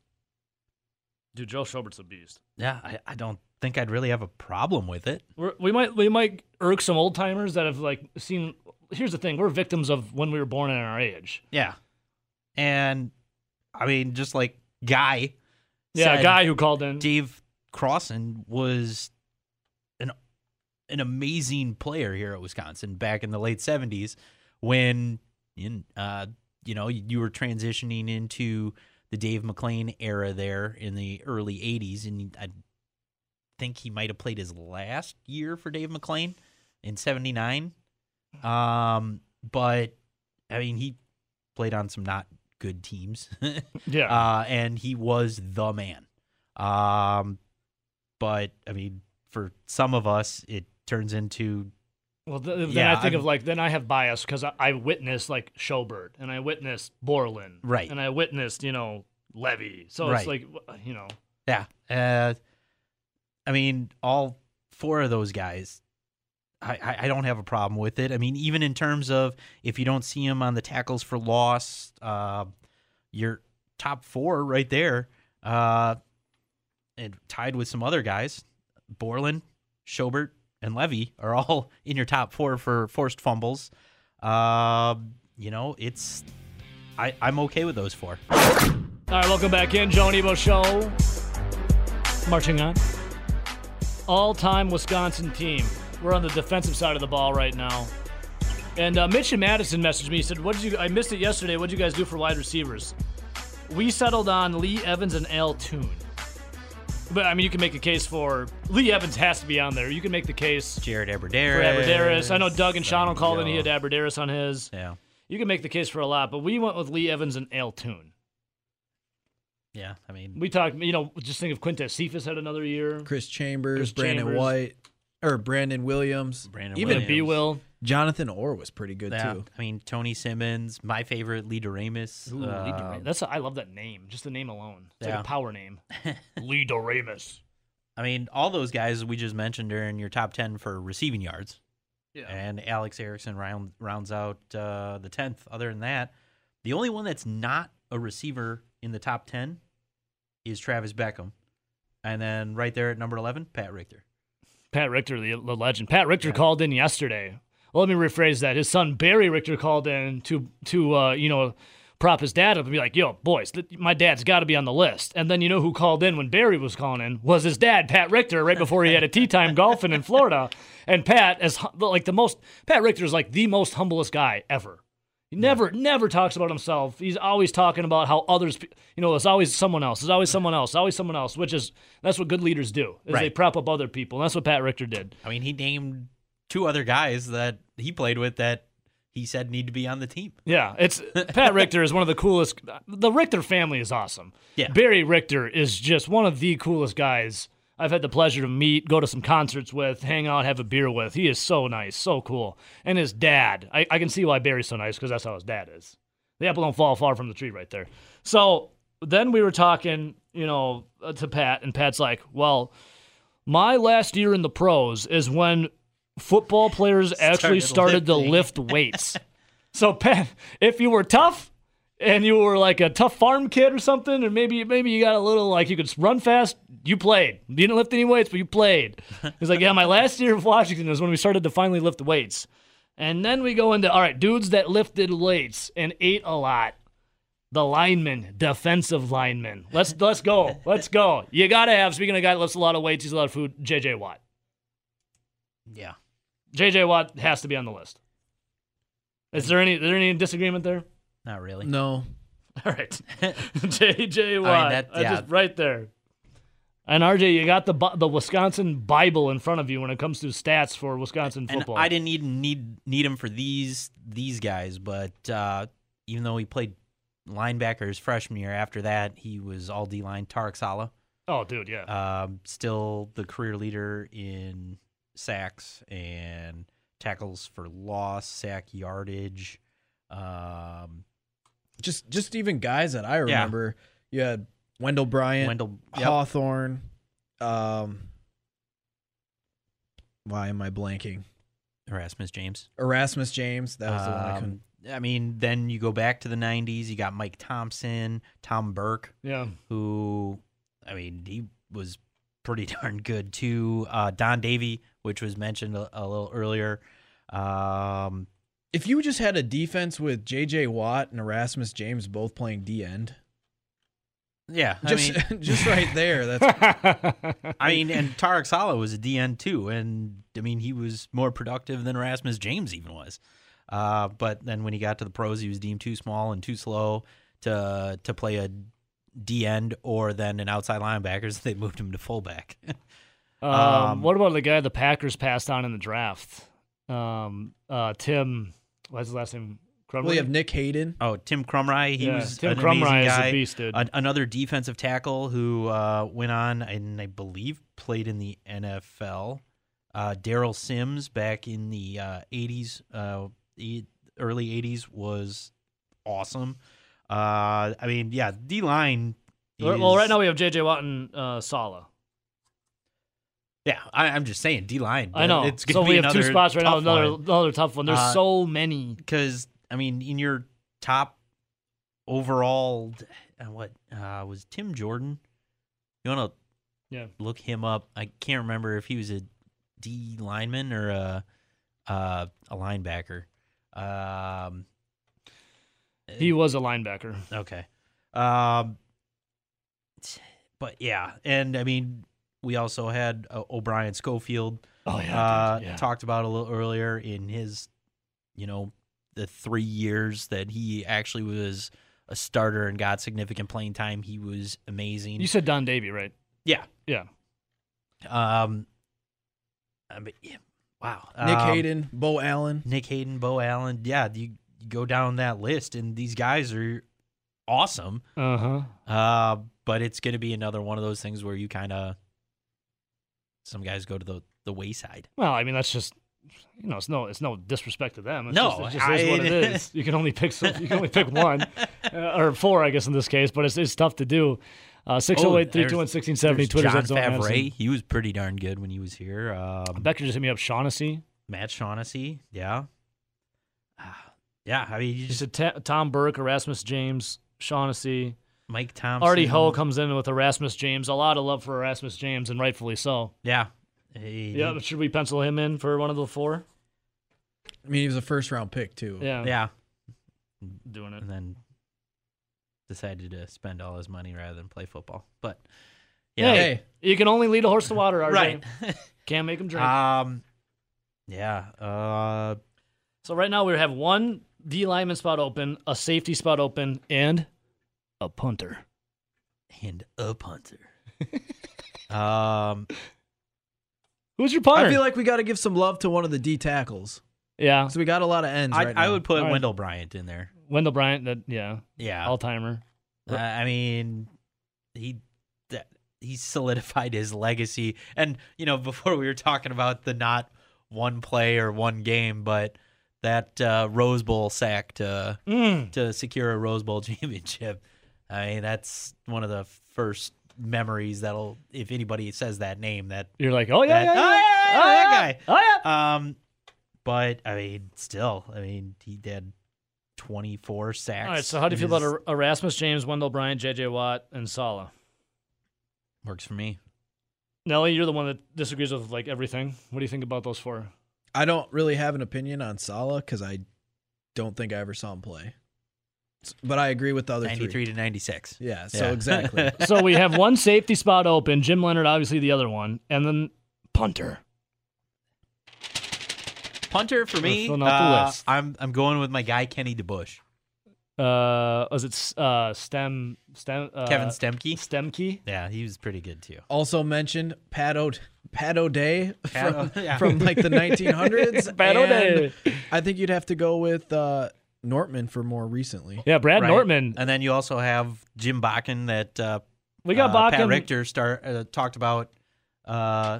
A: Dude, Joe Schobert's a beast.
D: Yeah, I, I don't think I'd really have a problem with it.
A: We're, we might we might irk some old timers that have like seen. Here's the thing: we're victims of when we were born and our age.
D: Yeah. And I mean, just like Guy.
A: Yeah, a
D: said,
A: guy who called in.
D: Dave Crossan was an an amazing player here at Wisconsin back in the late seventies when in uh you know you were transitioning into the Dave McLean era there in the early eighties and I think he might have played his last year for Dave McLean in seventy nine. Um but I mean, he played on some not good teams.
A: Yeah.
D: Uh, and he was the man. Um, but I mean, for some of us, it turns into
A: Well, th- then
D: Yeah,
A: I think
D: I'm-
A: of like then I have bias because I, I witnessed like Schobert and I witnessed Borland,
D: Right.
A: And I witnessed you know Levy, so
D: Right.
A: it's like w- you know
D: yeah. Uh, I mean, all four of those guys. I, I, I don't have a problem with it. I mean, even in terms of if you don't see him on the tackles for loss, uh, your top four right there, uh, and tied with some other guys, Borland, Schobert, and Levy are all in your top four for forced fumbles. Uh, you know, it's I, I'm okay with those four.
A: All right, welcome back in, Joan Ebo Show. Marching on. All time Wisconsin team. We're on the defensive side of the ball right now. And uh, Mitch and Madison messaged me. He said, "What did you? I missed it yesterday. What did you guys do for wide receivers? We settled on Lee Evans and Al Toon. But I mean, you can make a case for Lee Evans has to be on there. You can make the case
D: Jared
A: for
D: Aberderis.
A: Aberderis. I know Doug and Sean called in. He
D: you
A: had
D: know.
A: Aberderis on his.
D: Yeah.
A: You can make the case for a lot, but we went with Lee Evans and Al Toon.
D: Yeah. I mean,
A: We talked, you know, just think of Quintus Cephas had another year.
B: Chris Chambers,
A: Chris
B: Brandon
A: Chambers.
B: White, or Brandon Williams,
D: Brandon
B: even
A: Even
D: Williams.
A: B Will.
B: Jonathan Orr was pretty good
D: yeah,
B: too.
D: I mean, Tony Simmons, my favorite, Lee Doremus. uh,
A: Ooh, Lee Dora- That's I love that name. Just the name alone. It's
D: Um, Yeah.
A: like a power name. Lee Doremus.
D: I mean, all those guys we just mentioned are in your top 10 for receiving yards.
A: Yeah.
D: And Alex Erickson round, rounds out uh, the 10th. Other than that, the only one that's not a receiver in the top 10 is Travis Beckham. And then right there at number 11, Pat Richter.
A: Pat Richter, the, the legend. Pat Richter called in yesterday. Well, let me rephrase that. His son Barry Richter called in to to uh, you know prop his dad up and be like, "Yo, boys, th- my dad's got to be on the list." And then you know who called in when Barry was calling in was his dad, Pat Richter, right before he had a tea time golfing in Florida. And Pat, as hu- like the most, Pat Richter is like the most humblest guy ever. He never, never talks about himself. He's always talking about how others, pe- you know, it's always someone else. It's always someone else. Always someone else. Which is that's what good leaders do. Is they
D: Right.
A: prop up other people. And that's what Pat Richter did.
D: I mean, he named two other guys that he played with that he said need to be on the team.
A: Yeah, it's Pat Richter is one of the coolest. The Richter family is awesome.
D: Yeah.
A: Barry Richter is just one of the coolest guys I've had the pleasure to meet, go to some concerts with, hang out, have a beer with. He is so nice, so cool. And his dad, I, I can see why Barry's so nice because that's how his dad is. The apple don't fall far from the tree, right there. So then we were talking, you know, uh, to Pat, and Pat's like, "Well, my last year in the pros is when football players actually started
D: Started
A: to lift weights." So Pat, if you were tough and you were like a tough farm kid or something, and maybe maybe you got a little like you could run fast, you played. You didn't lift any weights, but you played. He's like, yeah, my last year of Washington is when we started to finally lift weights, and then we go into all right, dudes that lifted weights and ate a lot. The linemen, defensive linemen. Let's let's go, let's go. You gotta have. Speaking of a guy that lifts a lot of weights, eats a lot of food. J.J. Watt.
D: Yeah.
A: J.J. Watt has to be on the list. Is there any is there any disagreement there?
D: Not really.
B: No,
A: All right. JJ Watt.
D: that-
A: I just-
D: yeah.
A: right there. And RJ, you got the Bi- the Wisconsin Bible in front of you when it comes to stats for Wisconsin
D: and
A: football.
D: I didn't even need need him for these these guys, but uh, even though he played linebacker his freshman year, after that he was all D line. Tarek Sala,
A: oh, dude, yeah.
D: um, still the career leader in sacks and tackles for loss, sack yardage. Um,
B: just just even guys that I remember. You had Wendell Bryant,
D: Wendell, yep,
B: Hawthorne. Um, why am I blanking?
D: Erasmus James.
B: Erasmus James. That was the one I
D: Um,
B: couldn't.
D: I mean, then you go back to the '90s. You got Mike Thompson, Tom Burke.
A: yeah.
D: who I mean he was pretty darn good too. Uh, Don Davy, which was mentioned a, a little earlier. Um,
B: If you just had a defense with J.J. Watt and Erasmus James both playing D end,
D: yeah, I
B: just
D: mean,
B: just right there. That's
D: I mean, and Tarek Sala was a DN too, and I mean he was more productive than Erasmus James even was. Uh, but then when he got to the pros, he was deemed too small and too slow to to play a D end or then an outside linebacker. So they moved him to fullback.
A: Um,
D: Um,
A: what about the guy the Packers passed on in the draft? Um, uh, Tim, what's his last name? Crumry?
B: We have Nick Hayden.
D: Oh, Tim Crumry. He
A: Yeah,
D: was
A: Tim
D: an
A: Crumry
D: amazing
A: is a
D: guy. Uh,
A: beast, dude.
D: An- another defensive tackle who uh, went on and I believe played in the NFL. Uh, Daryl Sims back in the uh, 80s, uh, e- early 80s was awesome. Uh, I mean, yeah, D line.
A: Well, well, right now we have J.J. Watt and uh, Sala.
D: yeah, I, I'm just saying D line.
A: I know.
D: It's
A: so
D: gonna be
A: we have two
D: another
A: spots right now.
D: tough
A: Another
D: line.
A: another tough one. There's
D: Uh,
A: so many.
D: because I mean, in your top overall, uh, what uh, was Tim Jordan? You want to
A: Yeah.
D: look him up? I can't remember if he was a D lineman or a uh, a linebacker. Um,
A: He
D: uh,
A: was a linebacker.
D: okay, um, but yeah, and I mean, we also had uh, O'Brien Schofield
A: Oh
D: uh, talked about a little earlier in his, you know, the three years that he actually was a starter and got significant playing time. He was amazing.
A: you said Don Davy, right?
D: yeah,
A: Yeah.
D: Um, I mean, yeah, wow,
B: Nick
D: Um,
B: Hayden, Bo Allen.
D: Nick Hayden, Bo Allen. Yeah, you, you go down that list, and these guys are awesome.
A: Uh huh.
D: Uh, but it's going to be another one of those things where you kind of some guys go to the the wayside.
A: Well, I mean, that's just you know, it's no, it's no disrespect to them. It's
D: No,
A: just, it just is what it
D: I-
A: is. You can only pick some, you can only pick one uh, or four, I guess, in this case. But it's it's tough to do. Uh, 608 321 1670
D: Oh, There's
A: Twitter's
D: John
A: at Zone Madison.
D: Favre. He was pretty darn good when he was here. Um,
A: Becker just hit me up. Shaughnessy.
D: Matt Shaughnessy. Yeah. Ah, Yeah. I mean, you
A: He
D: just
A: said Ta- Tom Burke, Erasmus James, Shaughnessy.
D: Mike Thompson.
A: Artie Ho comes in with Erasmus James. A lot of love for Erasmus James, and rightfully so.
D: Yeah. Hey,
A: Yeah, but should we pencil him in for one of the four?
B: I mean, he was a first round pick too.
A: Yeah,
D: Yeah.
A: doing it.
D: And then decided to spend all his money rather than play football. But yeah.
A: Hey,
B: Hey.
A: you can only lead a horse to water, RJ.
D: Right.
A: Can't make him drink.
D: um, yeah. Uh,
A: So right now we have one D lineman spot open, a safety spot open, and a punter.
D: and a punter. um,
A: Who's your punter?
B: I feel like we got to give some love to one of the D tackles.
A: yeah,
B: So we got a lot of ends.
D: I,
B: right
D: I
B: now.
D: would put
A: All right.
D: Wendell Bryant in there.
A: Wendell Bryant. That yeah,
D: Yeah.
A: all timer.
D: Uh, I mean, he that, he solidified his legacy, and you know, before we were talking about the not one play or one game, but that uh, Rose Bowl sack to
A: Mm.
D: to secure a Rose Bowl championship. I mean, that's one of the first memories that'll if anybody says that name that
A: You're like, oh yeah,
D: That-
A: yeah, yeah.
D: oh, yeah, yeah,
A: Oh,
D: yeah,
A: yeah.
D: that
A: Oh
D: um but I mean still I mean he did 24
A: yeah.
D: sacks.
A: All right. So how do you
D: in
A: feel about
D: his-
A: Er- Erasmus James, Wendell Bryant, J.J. Watt, and Sala?
D: works for me?
A: Nelly, you're the one that disagrees with like everything. What do you think about those four?
B: I don't really have an opinion on Salah because I don't think I ever saw him play. S- But I agree with the other
D: 93
B: three.
D: to 96.
B: Yeah. So
D: Yeah.
B: exactly.
A: So we have one safety spot open. Jim Leonard, obviously the other one, and then punter.
D: Punter for me.
A: filling out the
D: uh,
A: list.
D: I'm I'm going with my guy Kenny DeBush,
A: Uh, was it S- uh stem stem uh,
D: Kevin Stemke.
A: Stemke?
D: Yeah, he was pretty good too.
B: also mentioned Pat, o- Pat O'Day
D: Pat
B: from,
D: O- yeah.
B: from like the 1900s.
A: Pat
B: and
A: O'Day.
B: I think you'd have to go with uh, Nortman for more recently.
A: Yeah, Brad
D: Right? Uh,
A: Nortman.
D: and then you also have Jim Bakken that uh,
A: We got
D: uh,
A: Bakken.
D: Pat Richter start uh, talked about uh,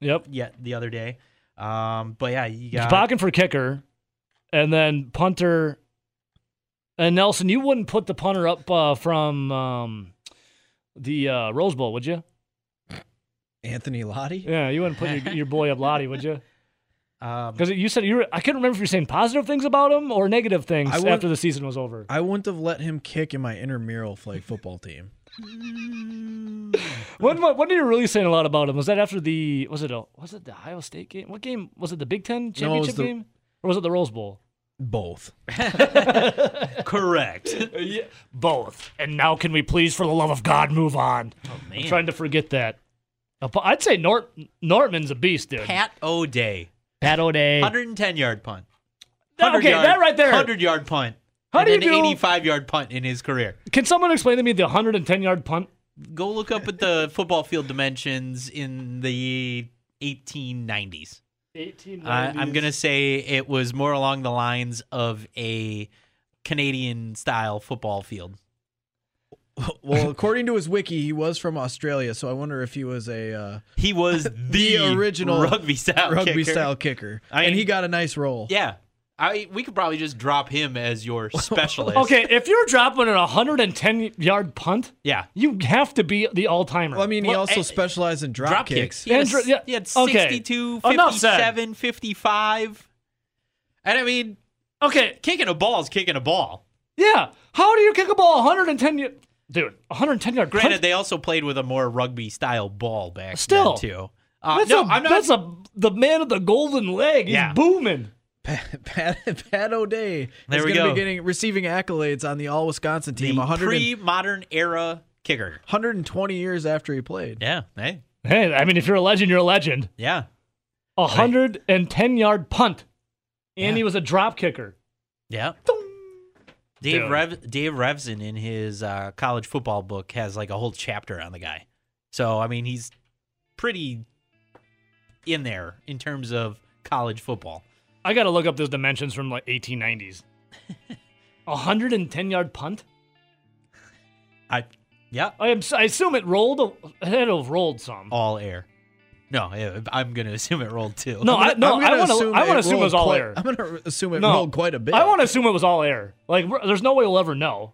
A: Yep.
D: yeah the other day. Um, but yeah, you got
A: Bakken for kicker, and then punter. And Nelson, you wouldn't put the punter up uh, from um, the uh, Rose Bowl, would you?
B: Anthony Lottie?
A: Yeah, you wouldn't put your, your boy up Lottie, would you?
D: um,
A: Because you said you were. I couldn't remember if you were saying positive things about him or negative things
B: I wouldn't-
A: after the season was over.
B: I wouldn't have let him kick in my intramural flag football team.
A: When what when are you really saying a lot about him? Was that after the was it a was it the Ohio State game? What game was it? The Big Ten
B: No, it was
A: championship
B: the-
A: game, or was it the Rose Bowl?
B: Both.
D: correct. Oh,
A: Both. And now, can we please, for the love of God, move on?
D: Oh,
A: I'm trying to forget that. Uh, but I'd say Nort- Nortman's a beast, dude.
D: Pat O'Day,
A: Pat O'Day.
D: 110 yard punt.
A: That-
D: 100
A: okay,
D: yard-
A: that right there.
D: 100 yard punt.
A: How
D: and
A: do you
D: an
A: do-
D: 85 yard punt in his career?
A: Can someone explain to me the 110 yard punt?
D: Go look up at the football field dimensions in the 1890s.
A: 18.
D: I, I'm gonna say it was more along the lines of a Canadian style football field.
B: Well, according to his wiki, he was from Australia, so I wonder if he was a uh,
D: He was the,
B: original
D: rugby style
B: rugby
D: kicker.
B: style kicker,
D: I
B: and
D: mean-
B: he got a nice roll.
D: Yeah, I we could probably just drop him as your specialist.
A: Okay, if you're dropping an 110 yard punt,
D: Yeah.
A: you have to be the all timer.
B: Well, I mean, he
D: Well,
B: also
D: eh,
B: specialized in drop,
D: Drop
B: kicks.
D: kicks. He had,
A: Andrew-
D: a s-
A: yeah,
D: he had
A: okay.
D: 62,
A: Enough said.
D: 57, 55. And I mean,
A: okay,
D: kicking a ball is kicking a ball.
A: yeah. How do you kick a ball 110 y- dude? 110 yard
D: Granted,
A: punt?
D: they also played with a more rugby style ball back
A: Still.
D: then too. Uh,
A: that's
D: no,
A: a,
D: I'm not.
A: that's a the man of the golden leg. He's
D: Yeah.
A: booming.
B: Pat, Pat O'Day
D: There
B: is
D: we
B: going to
D: go.
B: be getting receiving accolades on the All Wisconsin team.
D: the
B: 100 and-
D: pre-modern era kicker.
B: 120 years after he played.
D: Yeah, hey,
A: Hey, I mean, if you're a legend, you're a legend.
D: yeah.
A: A 110 yard punt, and he was a drop kicker.
D: Yeah. Dave
A: Dude.
D: Rev Dave Revson in his uh, college football book has like a whole chapter on the guy. So I mean he's pretty in there in terms of college football.
A: I got to look up those dimensions from like 1890s. 110 yard punt.
D: I yeah,
A: I, am, I assume it rolled. a- It had to have rolled some.
B: Oh,
D: all air. No, I- I'm gonna assume it rolled too.
A: No, I, no,
B: I'm gonna
A: I want to.
B: assume
A: I want to assume it
B: rolled
A: was all
B: quite-
A: air.
B: I'm going to assume it
A: No.
B: rolled quite a bit.
A: I want to assume it was all air. Like, r- there's no way we'll ever know.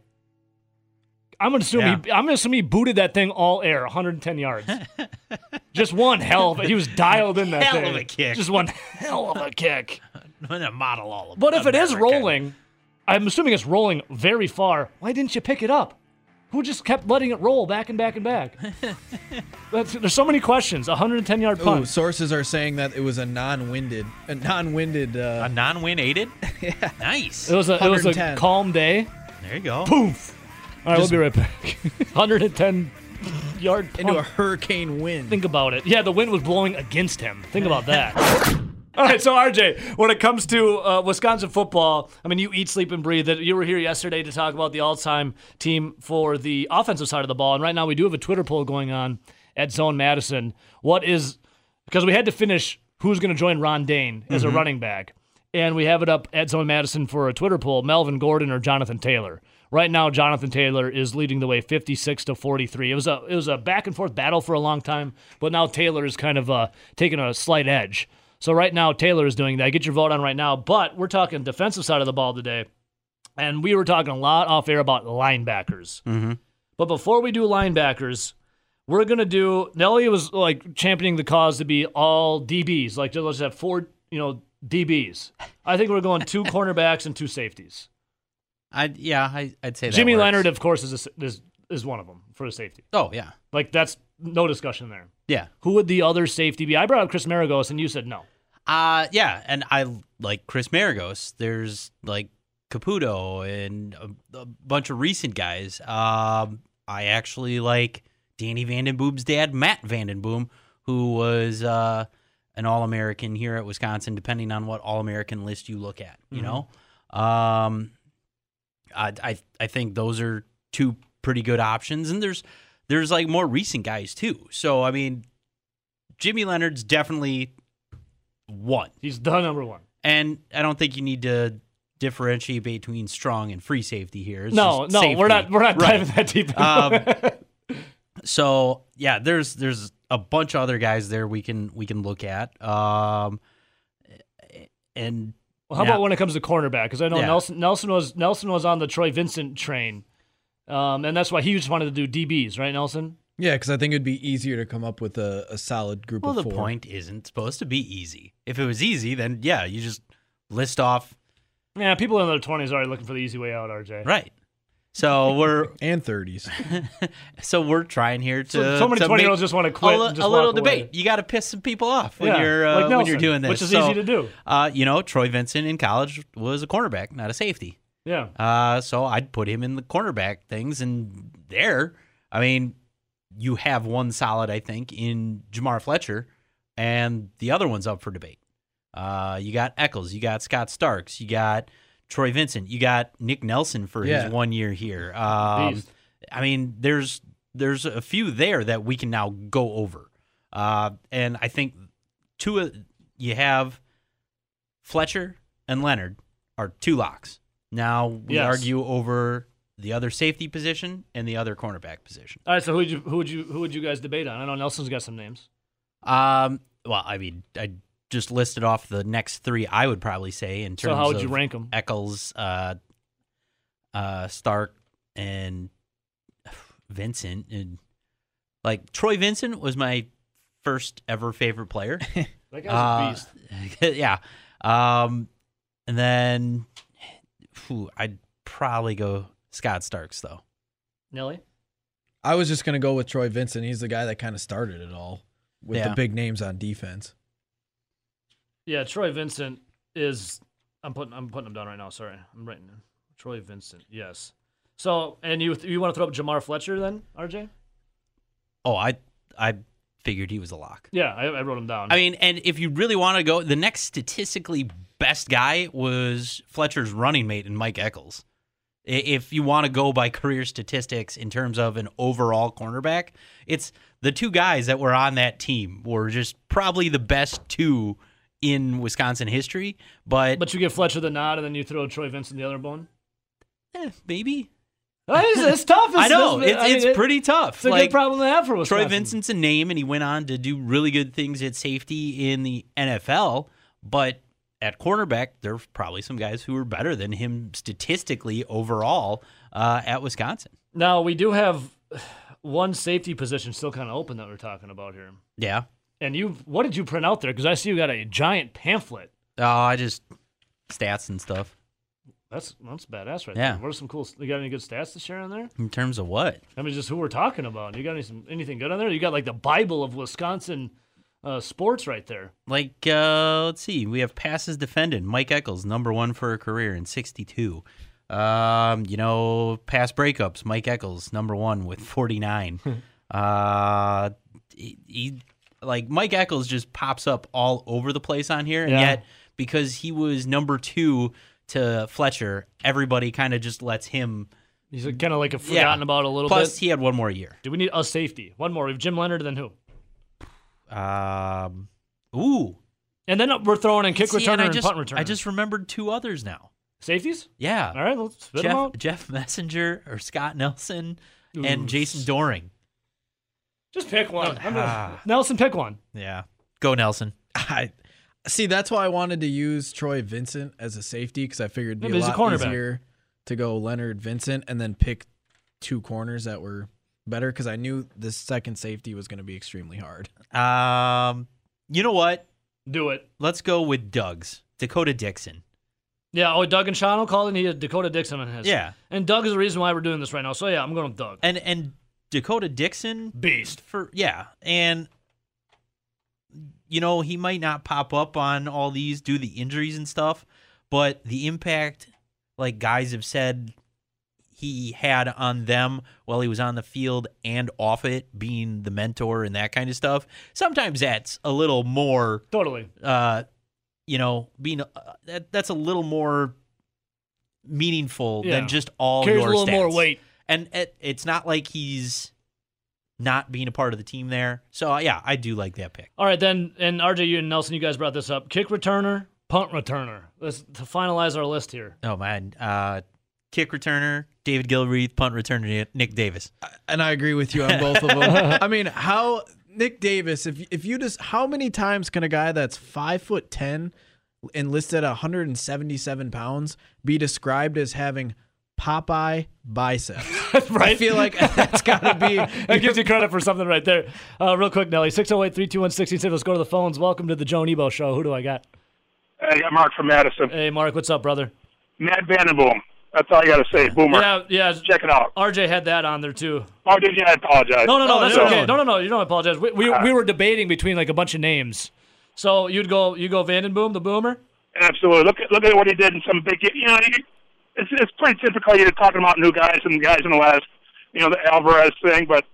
A: I'm gonna assume he. I'm gonna assume he booted that thing all air, 110 yards. Just one hell of a, He was dialed in that
D: Hell
A: thing.
D: of a kick.
A: Just one hell of a kick.
D: I'm gonna model all of
A: But if it is
D: America.
A: rolling, I'm assuming it's rolling very far. Why didn't you pick it up? Who just kept letting it roll back and back and back? That's, there's so many questions. 110 yard
B: Ooh,
A: punt.
B: sources are saying that it was a non-winded, a non-winded.
D: a
B: Uh,
D: non-win aided? Nice.
A: it was a it was a
B: 110.
A: calm day.
D: There you go.
A: Poof. All right, we'll be right back. 110 yard punt.
B: into a hurricane wind.
A: Think about it. Yeah, the wind was blowing against him. Think about that. All right, so RJ, when it comes to uh, Wisconsin football, I mean, you eat, sleep, and breathe it. You were here yesterday to talk about the all-time team for the offensive side of the ball, and right now we do have a Twitter poll going on at Zone Madison. What is because we had to finish who's going to join Ron Dane as a running back, and we have it up at Zone Madison for a Twitter poll: Melvin Gordon or Jonathan Taylor. Right now, Jonathan Taylor is leading the way, fifty-six to forty-three. It was a it was a back and forth battle for a long time, but now Taylor is kind of uh, taking a slight edge. So right now, Taylor is doing that. Get your vote on right now. But we're talking defensive side of the ball today, and we were talking a lot off air about linebackers. But before we do linebackers, we're gonna do. Nelly was like championing the cause to be all DBs, like just let's have four, you know, DBs. I think we're going two cornerbacks and two safeties.
D: I yeah, I, I'd say that
A: Jimmy
D: works.
A: Leonard, of course, is a, is is one of them for the safety.
D: Oh yeah,
A: Like that's no discussion there.
D: yeah.
A: Who would the other safety be? I brought up Chris Maragos, and you said no.
D: Uh yeah, and I like Chris Maragos. There's like Caputo and a, a bunch of recent guys. Um, I actually like Danny Vandenboom's dad, Matt Vandenboom, who was uh, an All-American here at Wisconsin. Depending on what All-American list you look at, you know, um, I, I I think those are two pretty good options, and there's there's like more recent guys too. So I mean, Jimmy Leonard's definitely one.
A: He's the number one.
D: And I don't think you need to differentiate between strong and free safety here. It's
A: no,
D: just
A: no,
D: safety.
A: we're not we're not
D: Right.
A: diving that deep.
D: Um, so yeah, there's there's a bunch of other guys there we can we can look at. Um, and
A: Well, how
D: Yeah.
A: about when it comes to cornerback? Because I know
D: Yeah.
A: Nelson Nelson was Nelson was on the Troy Vincent train, um, and that's why he just wanted to do DBs, right, Nelson?
B: yeah, because I think it'd be easier to come up with a, a solid group
D: well,
B: of
D: the
B: four.
D: point isn't supposed to be easy. If it was easy, then yeah, you just list off
A: Yeah, people in their twenties are already looking for the easy way out. RJ,
D: right. So we're
B: and 30s.
D: so we're trying here to
A: So, so many
D: to
A: twenty year
D: make
A: olds just want to
D: a,
A: quit.
D: li-
A: and just
D: a little
A: walk away.
D: debate. You got to piss some people off when
A: Yeah,
D: you're uh,
A: like
D: when you're
A: Nelson,
D: doing this,
A: which is
D: So,
A: easy to do.
D: Uh, you know, Troy Vincent in college was a cornerback, not a safety.
A: Yeah,
D: Uh, so I'd put him in the cornerback things, and there, I mean, you have one solid, I think, in Jamar Fletcher, and the other one's up for debate. Uh, you got Eccles, you got Scott Starks, you got Troy Vincent, you got Nick Nelson for
B: Yeah.
D: his one year here. Um,
A: Beast.
D: I mean, there's there's a few there that we can now go over, uh, and I think two of you have Fletcher and Leonard are two locks. Now we
A: Yes.
D: argue over the other safety position and the other cornerback position.
A: All right, so who would you who would you who would you guys debate on? I know Nelson's got some names.
D: Um, well, I mean, I just listed off the next three. I would probably say in terms
A: So how would
D: of
A: you rank them?
D: Eccles, uh, uh, Stark, and Vincent, and like Troy Vincent was my first ever favorite player.
A: That
D: Uh,
A: guy's a beast.
D: yeah. Um, and then phew, I'd probably go Scott Starks though.
A: Nelly.
B: I was just gonna go with Troy Vincent. He's the guy that kind of started it all with
D: Yeah.
B: the big names on defense.
A: Yeah, Troy Vincent is. I'm putting I'm putting him down right now. Sorry, I'm writing him. Troy Vincent. Yes. So and you you want to throw up Jamar Fletcher then, RJ?
D: Oh, I I figured he was a lock.
A: Yeah, I, I wrote him down.
D: I mean, and if you really want to go, the next statistically best guy was Fletcher's running mate and Mike Eccles. I- If you want to go by career statistics in terms of an overall cornerback, it's the two guys that were on that team were just probably the best two in Wisconsin history. But,
A: but you give Fletcher the nod, and then you throw Troy Vincent the other bone.
D: eh, maybe
A: It's, it's tough. It's,
D: I know
A: this-
D: it's,
A: I mean,
D: it's
A: it-
D: pretty tough.
A: It's a
D: Like,
A: good problem to have for Wisconsin.
D: Troy Vincent's a name, and he went on to do really good things at safety in the NFL. But at cornerback, there are probably some guys who are better than him statistically overall uh, at Wisconsin.
A: Now we do have one safety position still kind of open that we're talking about here.
D: Yeah.
A: And you, what did you print out there? Because I see you got a giant pamphlet.
D: Oh, I just stats and stuff.
A: That's that's badass, right
D: Yeah.
A: there. What are some cool? You got any good stats to share on there?
D: In terms of what?
A: I mean, just who we're talking about. You got any some, anything good on there? You got like the Bible of Wisconsin uh, sports right there.
D: Like, uh, let's see. We have passes defended. Mike Eccles, number one for a career in 62. Um, you know, pass breakups. Mike Eccles, number one with 49. uh, he, he- like Mike Eccles just pops up all over the place on here, and
A: Yeah.
D: yet because he was number two to Fletcher, everybody kind of just lets him.
A: He's kind of like a forgotten about a little
D: Plus,
A: bit.
D: he had one more year.
A: Do we need a safety? One more. We have Jim Leonard, then who?
D: Um, ooh,
A: And then we're throwing in kick
D: See,
A: returner
D: and
A: and,
D: I just
A: punt returner.
D: I just remembered two others now.
A: safeties.
D: Yeah.
A: All right, let's spit them
D: Jeff,
A: out.
D: Jeff Messenger or Scott Nelson
A: Ooh.
D: and Jason Doring.
A: Just pick one. I'm
D: Ah.
A: just- Nelson, pick one.
D: Yeah. Go Nelson.
B: I see. That's why I wanted to use Troy Vincent as a safety because I figured it'd
A: Yeah,
B: be
A: but he's
B: a
A: a
B: lot
A: cornerback.
B: easier to go Leonard Vincent and then pick two corners that were better because I knew the second safety was going to be extremely hard.
D: Um, you know what?
A: Do it.
D: Let's go with Doug's Dakota Dixon.
A: Yeah. Oh, Doug and Sean will call it. and He had Dakota Dixon on his.
D: Yeah.
A: And Doug is the reason why we're doing this right now. So yeah, I'm going with Doug.
D: And and Dakota Dixon
A: Beast.
D: for yeah, and you know, he might not pop up on all these due to the injuries and stuff, but the impact like guys have said he had on them while he was on the field and off it being the mentor and that kind of stuff. Sometimes that's a little more
A: Totally.
D: uh, you know, being uh, that that's a little more meaningful
A: Yeah.
D: than just all
A: Carries
D: your
A: a little more
D: stats.
A: weight.
D: And it, it's not like he's not being a part of the team there. So uh, yeah, I do like that pick.
A: All right, then, and RJ, you and Nelson, you guys brought this up. Kick returner, punt returner. Let's to finalize our list here.
D: Oh man, uh, kick returner David Gilreath, punt returner Nick Davis.
B: And I agree with you on both of them. I mean, how Nick Davis, if if you just how many times can a guy that's five foot ten and listed at 177 pounds be described as having Popeye biceps? I
A: right?
B: feel like that's gotta be
A: that gives you credit for something right there. Uh, real quick, Nelly, 608 321 1660. Let's go to the phones. Welcome to the Joan Ebo Show. Who do I got?
G: I got Mark from Madison.
A: Hey, Mark, what's up, brother?
G: Matt Vandenboom. That's all I got to say. Boomer.
A: Yeah, yeah.
G: Check it out.
A: RJ had that on there, too.
G: Oh, did you? I apologize.
A: No, no, no,
D: Oh,
A: that's
D: no.
A: okay. No, no, no, you don't apologize. We, we, we were debating between like a bunch of names. So you'd go, you go Vandenboom, the boomer?
G: Absolutely. Look at look at what he did in some big. You know, you- it's it's pretty typical. You're talking about new guys and guys in the last, you know, the Alvarez thing. But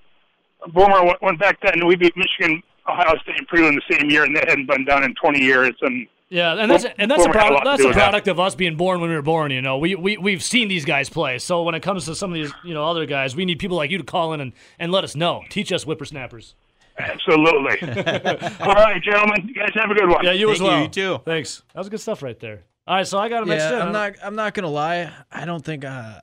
G: Boomer w- went back then. We beat Michigan, Ohio State prelim the same year, and that hadn't been done in 20 years. And
A: Yeah, and that's
G: Well,
A: and that's a
G: Boomer had a lot
A: product
G: to
A: that's
G: do
A: a
G: with that.
A: product of us being born when we were born. You know, we we we've seen these guys play. So when it comes to some of these, you know, other guys, we need people like you to call in and and let us know, teach us whippersnappers.
G: Absolutely. All right, gentlemen. You guys have a good one.
A: Yeah, you
D: Thank
A: as well.
D: You, you too.
A: Thanks. That was good stuff right there. All right, so I got him next.
B: Yeah,
D: uh,
A: in,
B: I'm
A: huh?
B: not. I'm not gonna lie. I don't think. Uh,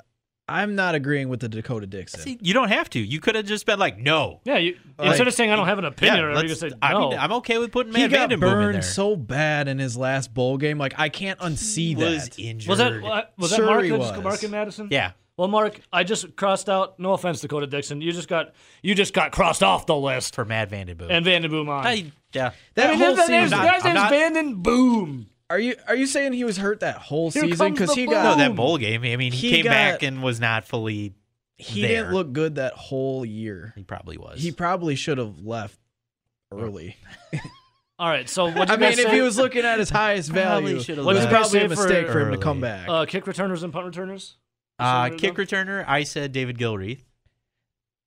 B: I'm not agreeing with the Dakota Dixon.
D: See, you don't have to. You could have just been like, no.
A: Yeah, you,
B: Like-
A: instead of saying I don't have an opinion, or you
D: let's-
A: just say no.
D: I mean, I'm okay with putting
B: he
D: Matt
B: got
D: Vandenboom in there.
B: burned so bad in his last bowl game. Like I can't unsee
D: he was
B: that.
D: injured.
A: was that uh, was that
B: Sure
A: Mark?
B: he
A: that just-
B: was.
A: Mark and Madison.
D: yeah.
A: Well, Mark, I just crossed out. No offense, Dakota Dixon. You just got you just got crossed off the list.
D: For Matt Vandenboom.
A: And Vandenboom on.
D: I, yeah.
B: that
A: I mean,
B: whole
A: that- that-
B: season.
A: that
D: I'm
A: guy's
D: not-
A: name's
D: I'm
A: Vandenboom.
B: are you are you saying he was hurt that whole
A: Here
B: season?
A: comes
B: Because
A: the
B: he
A: boom.
B: got
D: No, that bowl game. I mean,
B: He
D: he, came
B: got-
D: back and was not fully.
B: he
D: there.
B: didn't look good that whole year.
D: He probably was.
B: He probably should have left early.
A: All right, so what
B: I mean, if
A: say?
B: he was looking at his highest
D: Probably
B: value, it
D: should've
B: was
A: left
B: probably a
A: early.
B: mistake for him to come back.
A: uh, kick returners and punt returners.
D: uh,
A: Is that
D: kick
A: right
D: returner, I said David Gilreath.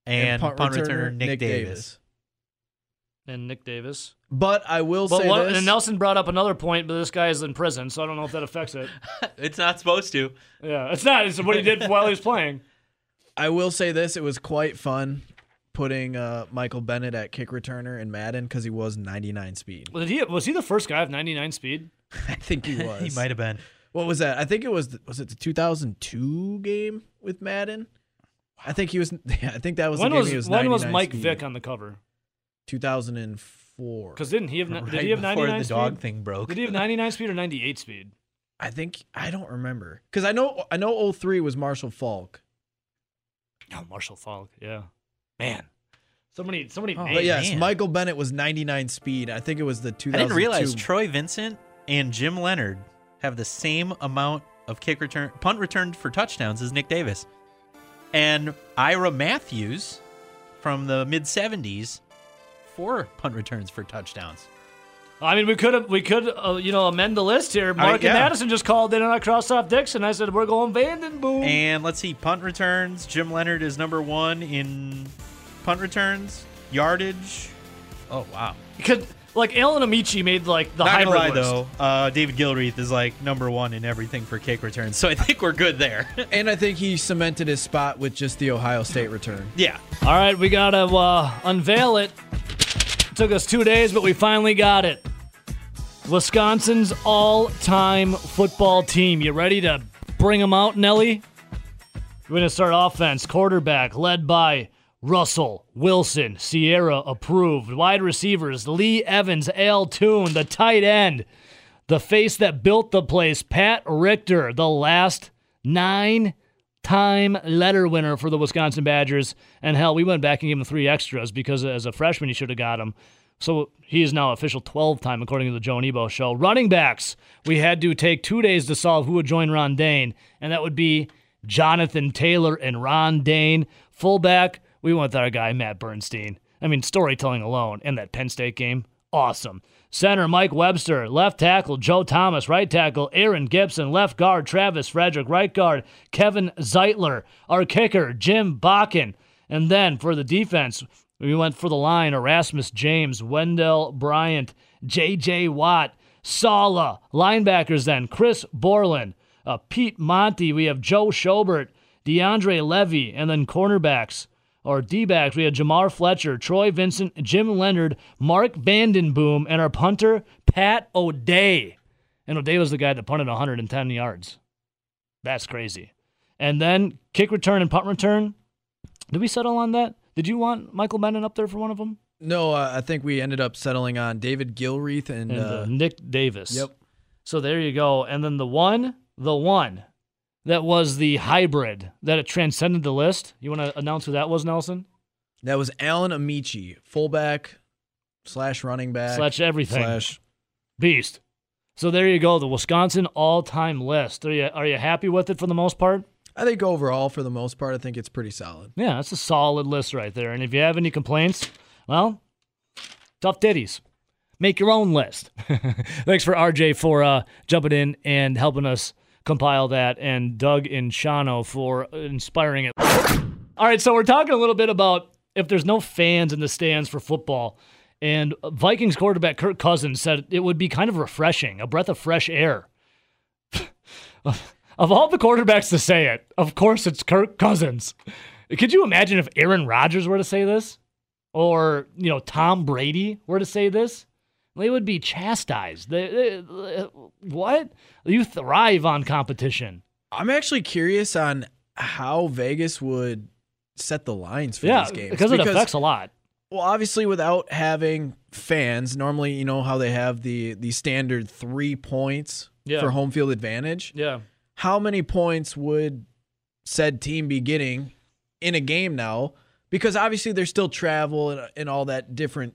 D: And, punt, returner, Nick, Davis.
A: And Nick Davis.
B: But I will
A: But
B: say
A: one,
B: this.
A: and Nelson brought up another point, but this guy is in prison, so I don't know if that affects it.
D: It's not supposed to.
A: Yeah, it's not. It's what he did while he was playing.
B: I will say this: it was quite fun putting uh, Michael Bennett at kick returner in Madden because he was 99 speed.
A: Well, Did he, was he the first guy of 99 speed?
B: I think he was.
D: He might have been.
B: What was that? I think it was the, was it the 2002 game with Madden. I think he was. I think that was
A: when
B: the game
A: was,
B: he was.
A: when was
B: 99
A: Mike
B: speed.
A: Vick on the cover?
B: 2004.
A: Because didn't he have ni- did
D: Right
A: he have
D: before
A: 99
D: the
A: speed?
D: dog thing broke.
A: Did he have 99 speed or 98 speed?
B: I think I don't remember because I know I know 03 was Marshall Falk.
A: Oh, Marshall Falk. Yeah, man. So many, so
D: Oh,
A: many
B: But
A: names.
B: yes,
D: man.
B: Michael Bennett was 99 speed. I think it was the 2002.
D: I didn't realize Troy Vincent and Jim Leonard have the same amount of kick return punt returned for touchdowns as Nick Davis. And Ira Matthews from the mid 70s four punt returns for touchdowns.
A: I mean, we could have, we could, uh, you know, amend the list here. Mark
D: yeah.
A: and Madison just called in, and I crossed off Dixon. I said we're going Vandenboom.
D: And let's see punt returns, Jim Leonard is number 1 in punt returns, yardage. Oh wow.
A: Because like Alan Amici made like the
D: Not
A: hybrid
D: gonna lie
A: list.
D: though, uh, David Gilreath is like number one in everything for kick returns, so I think we're good there.
B: And I think he cemented his spot with just the Ohio State return.
D: yeah,
A: All right, we gotta uh, unveil it. Took us two days, but we finally got it. Wisconsin's all-time football team. You ready to bring them out, Nelly? We're gonna start offense. Quarterback led by Russell Wilson. Sierra approved. Wide receivers Lee Evans, Al Toon, the tight end, the face that built the place, Pat Richter. The last nine time letter winner for the Wisconsin Badgers. And hell, we went back and gave him three extras because as a freshman, he should have got him. So he is now official 12 time, according to the Joan Ebo show. Running backs, we had to take two days to solve who would join Ron Dane, and that would be Jonathan Taylor and Ron Dane. Fullback, we went with our guy, Matt Bernstein. I mean, storytelling alone and that Penn State game, awesome. Center, Mike Webster. Left tackle, Joe Thomas. Right tackle, Aaron Gibson. Left guard, Travis Frederick. Right guard, Kevin Zeitler. Our kicker, Jim Bakken. And then for the defense, we went for the line Erasmus James, Wendell Bryant, J.J. Watt, Sala. Linebackers then, Chris Borland, uh, Pete Monty. We have Joe Schobert, DeAndre Levy, and then cornerbacks or D backs, we had Jamar Fletcher, Troy Vincent, Jim Leonard, Mark Vandenboom, and our punter, Pat O'Day. And O'Day was the guy that punted 110 yards. That's crazy. And then kick return and punt return. Did we settle on that? Did you want Michael Bennett up there for one of them?
B: No, uh, I think we ended up settling on David Gilreath and,
A: And uh,
B: uh,
A: Nick Davis.
B: yep.
A: So there you go. And then the one, the one that was the hybrid that it transcended the list. You want to announce who that was, Nelson?
B: That was Alan Amici, fullback slash running back
A: Slash everything.
B: slash.
A: Beast. So there you go, the Wisconsin all-time list. Are you are you happy with it for the most part?
B: I think overall, for the most part, I think it's pretty solid.
A: Yeah, that's a solid list right there. And if you have any complaints, well, tough ditties. Make your own list. Thanks for RJ for uh, jumping in and helping us compile that, and Doug and Shano for inspiring it. All right, so we're talking a little bit about if there's no fans in the stands for football. And Vikings quarterback Kirk Cousins said it would be kind of refreshing, a breath of fresh air. of all the quarterbacks to say it, of course it's Kirk Cousins. Could you imagine if Aaron Rodgers were to say this? or you know Tom Brady were to say this, they would be chastised. They, they- what? You thrive on competition.
B: I'm actually curious on how Vegas would set the lines for
A: yeah,
B: these games
A: because it affects a lot.
B: Well, obviously, without having fans, normally you know how they have the the standard three points
A: Yeah.
B: for home field advantage.
A: Yeah.
B: How many points would said team be getting in a game now? Because obviously, there's still travel and, and all that different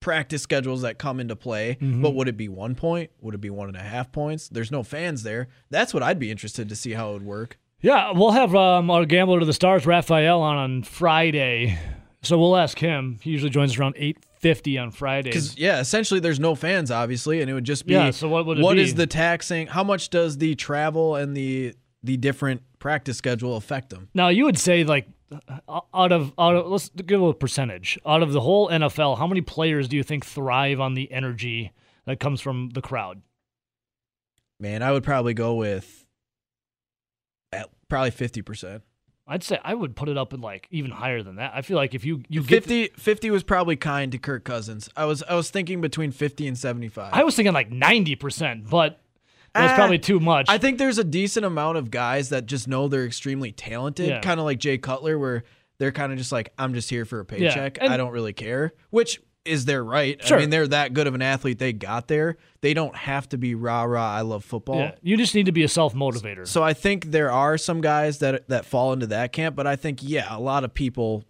B: practice schedules that come into play.
A: Mm-hmm.
B: But would it be one point? Would it be one and a half points? There's no fans there. That's what I'd be interested to see how it would work.
A: Yeah, we'll have um, our gambler to the stars, Raphael, on on Friday. So we'll ask him. He usually joins us around eight fifty on Fridays.
B: Because yeah, essentially there's no fans, obviously, and it would just be
A: Yeah, so what would it
B: what
A: be?
B: is the taxing? How much does the travel and the the different practice schedule affect them?
A: Now you would say like uh, out of out of let's give a percentage out of the whole NFL, how many players do you think thrive on the energy that comes from the crowd?
B: Man, I would probably go with at probably fifty percent.
A: I'd say I would put it up at like even higher than that. I feel like if you you get
B: 50, 50 was probably kind to Kirk Cousins. I was I was thinking between fifty and seventy five.
A: I was thinking like ninety percent, but that's
B: Ah,
A: probably too much.
B: I think there's a decent amount of guys that just know they're extremely talented,
A: Yeah.
B: kind of like Jay Cutler, where they're kind of just like, I'm just here for a paycheck.
A: and-
B: I don't really care, which is their right.
A: Sure.
B: I mean, they're that good of an athlete. They got there. They don't have to be rah rah, I love football.
A: yeah, you just need to be a self motivator.
B: So I think there are some guys that that fall into that camp, but I think yeah, a lot of people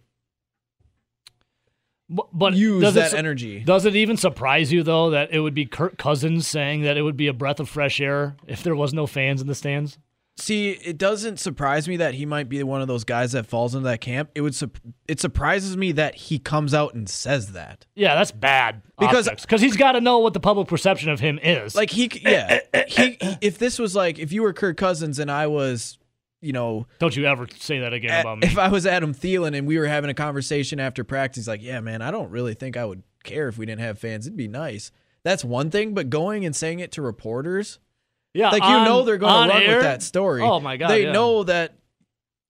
A: Bu- But
B: use
A: does it
B: that
A: su-
B: energy.
A: Does it even surprise you though that it would be Kirk Cousins saying that it would be a breath of fresh air if there was no fans in the stands?
B: See, it doesn't surprise me that he might be one of those guys that falls into that camp. It would sup it surprises me that he comes out and says that.
A: Yeah, that's bad.
B: Because-
A: because he's got to know what the public perception of him is.
B: Like he, c- yeah. he, if this was like if you were Kirk Cousins and I was, you know, eh,
A: don't you ever say that again about me?
B: if I was Adam Thielen and we were having a conversation after practice, like, yeah, man, I don't really think I would care if we didn't have fans. It'd be nice. That's one thing, but going and saying it to reporters,
A: yeah,
B: like
A: on-
B: you know, they're
A: on
B: going to run
A: air?
B: with that story.
A: Oh my god,
B: they
A: yeah.
B: know that,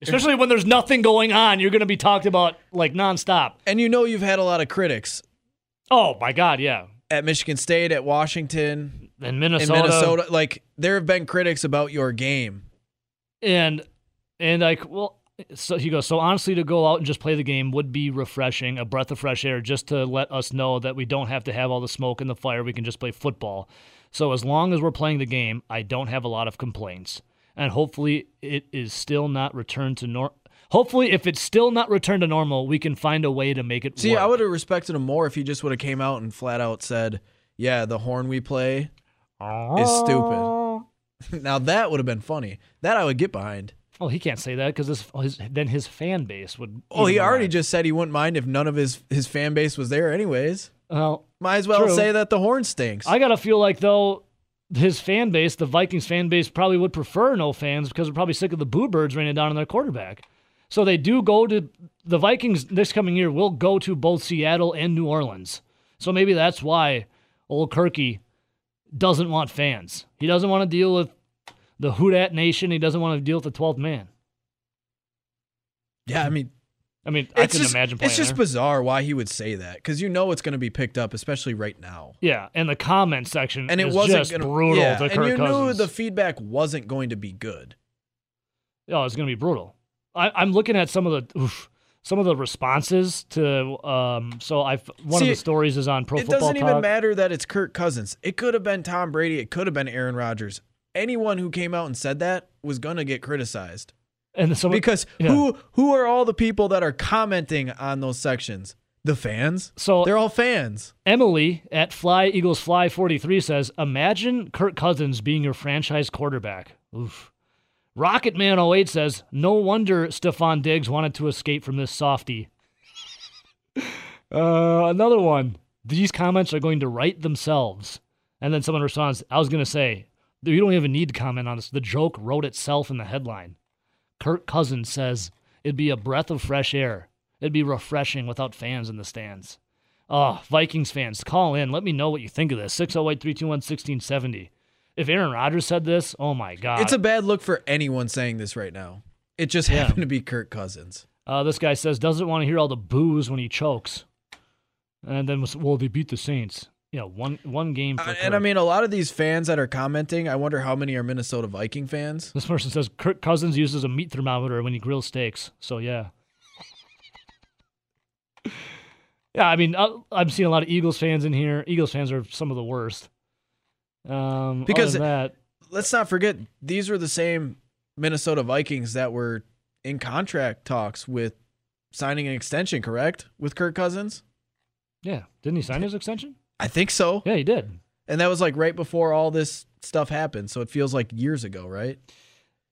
A: Especially when there's nothing going on, you're going to be talked about like nonstop.
B: and you know you've had a lot of critics
A: Oh my god, yeah.
B: at Michigan State, at Washington,
A: And
B: in
A: Minnesota,
B: Minnesota. Like there have been critics about your game.
A: and and like well, so he goes. So honestly, to go out and just play the game would be refreshing, a breath of fresh air, just to let us know that we don't have to have all the smoke and the fire. We can just play football. So as long as we're playing the game, I don't have a lot of complaints, and hopefully it is still not returned to nor. Hopefully, if it's still not returned to normal, we can find a way to make it.
B: See,
A: work.
B: I would have respected him more if he just would have came out and flat out said, "Yeah, the horn we play is stupid." now that would have been funny. That I would get behind.
A: Oh, he can't say that because his, his then his fan base would.
B: Oh, he
A: even
B: already
A: arrive.
B: just said he wouldn't mind if none of his his fan base was there anyways.
A: Well,
B: Might as well
A: True.
B: say that the horn stinks.
A: I gotta feel like though his fan base, the Vikings fan base, probably would prefer no fans because they're probably sick of the Boo Birds raining down on their quarterback. So they do go to the Vikings this coming year. Will go to both Seattle and New Orleans. So maybe that's why old Kirky doesn't want fans. He doesn't want to deal with the Houdat Nation. He doesn't want to deal with the twelfth man.
B: yeah, I mean,
A: I mean, I
B: it's
A: couldn't
B: just
A: imagine. Playing
B: it's just
A: there.
B: bizarre why he would say that because you know it's going to be picked up, especially right now.
A: Yeah, and the comment section
B: And it
A: is
B: wasn't
A: Mm-hmm. just
B: gonna,
A: brutal
B: yeah,
A: to Kirk
B: and you
A: Cousins.
B: knew the feedback wasn't going to be good.
A: oh, it's gonna be brutal. I, I'm looking at some of the oof, some of the responses to. Um, so I one
B: See,
A: of the stories is on Pro
B: it
A: Football
B: doesn't
A: Talk.
B: even matter that it's Kirk Cousins. It could have been Tom Brady. It could have been Aaron Rodgers. Anyone who came out and said that was gonna get criticized
A: and some
B: because
A: yeah.
B: who who are all the people that are commenting on those sections? The fans.
A: So-
B: they're all fans.
A: Emily at Fly Eagles Fly 43 says, "Imagine Kirk Cousins being your franchise quarterback." Oof. Rocket Man 08 says, "No wonder Stephon Diggs wanted to escape from this softie." uh, another one. These comments are going to write themselves. And then someone responds, "I was going to say, you don't even need to comment on this. The joke wrote itself in the headline." Kirk Cousins says, "It'd be a breath of fresh air. It'd be refreshing without fans in the stands." Oh, Vikings fans, call in. Let me know what you think of this. 608 321 1670. If Aaron Rodgers said this, oh my God.
B: It's a bad look for anyone saying this right now. It just happened to be Kirk Cousins.
A: uh, this guy says, doesn't want to hear all the boos when he chokes. And then was, well, they beat the Saints. Yeah, one one game. For
B: Uh, and I
A: Kirk.
B: mean, a lot of these fans that are commenting, I wonder how many are Minnesota Viking fans.
A: this person says Kirk Cousins uses a meat thermometer when he grills steaks. So yeah. yeah, I mean, I, I'm seeing a lot of Eagles fans in here. Eagles fans are some of the worst. Um,
B: Because-
A: because that,
B: Let's not forget, these were the same Minnesota Vikings that were in contract talks with signing an extension, correct? With Kirk Cousins?
A: yeah, didn't he sign his extension?
B: I think so.
A: Yeah, he did.
B: And that was like right before all this stuff happened. So it feels like years ago, right?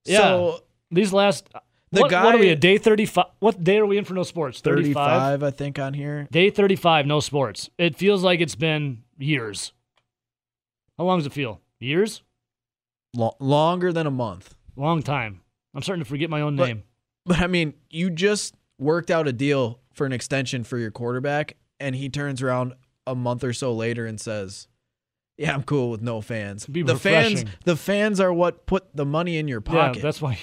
A: Yeah.
B: So
A: These last,
B: The
A: what, what are we
B: guy-
A: at day 35? What day are we in for no sports? 35?
B: 35, I think, on here.
A: Day 35, no sports. It feels like it's been years. How long does it feel? Years?
B: Lo- longer than a month.
A: Long time. I'm starting to forget my own
B: But-
A: name.
B: But I mean, you just worked out a deal for an extension for your quarterback, and he turns around a month or so later and says, "Yeah, I'm cool with no fans."
A: It'd be
B: the fans,
A: refreshing.
B: the fans are what put the money in your pocket.
A: Yeah, that's why.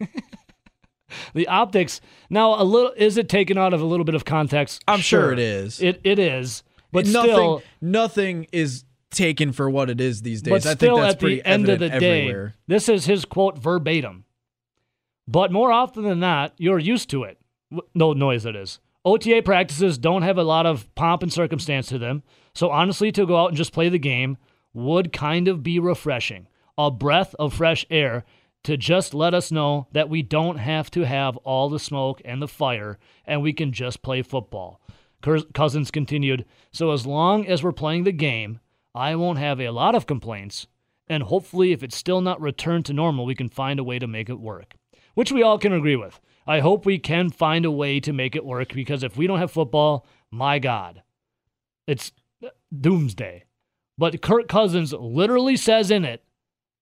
A: the optics. Now, a little is it taken out of a little bit of context?
B: I'm sure it is.
A: It it is. But
B: nothing,
A: still,
B: nothing is taken for what it is these
A: but
B: days. I
A: still,
B: think that's
A: at
B: pretty
A: the end of the
B: evident
A: day,
B: everywhere.
A: this is his quote verbatim. But more often than not, you're used to it. W- No noise, it is. OTA practices don't have a lot of pomp and circumstance to them. So, honestly, to go out and just play the game would kind of be refreshing. A breath of fresh air to just let us know that we don't have to have all the smoke and the fire and we can just play football. Cous- Cousins continued So, as long as we're playing the game, I won't have a lot of complaints. And hopefully, if it's still not returned to normal, we can find a way to make it work which we all can agree with. I hope we can find a way to make it work because if we don't have football, my God, it's uh, doomsday. But Kirk Cousins literally says in it,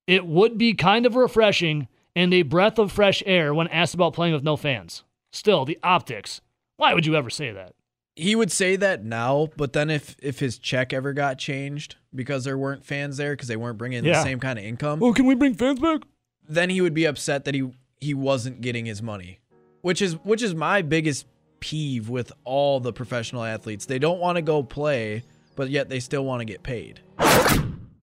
A: it would be kind of refreshing and a breath of fresh air when asked about playing with no fans. Still, the optics. Why would you ever say that?
B: he would say that now, but then if if his check ever got changed because there weren't fans there because they weren't bringing in the
A: Yeah.
B: same kind of income,
A: Oh, can we bring fans back?
B: then he would be upset that he he wasn't getting his money, which is which is my biggest peeve with all the professional athletes. They don't want to go play, but yet they still want to get paid.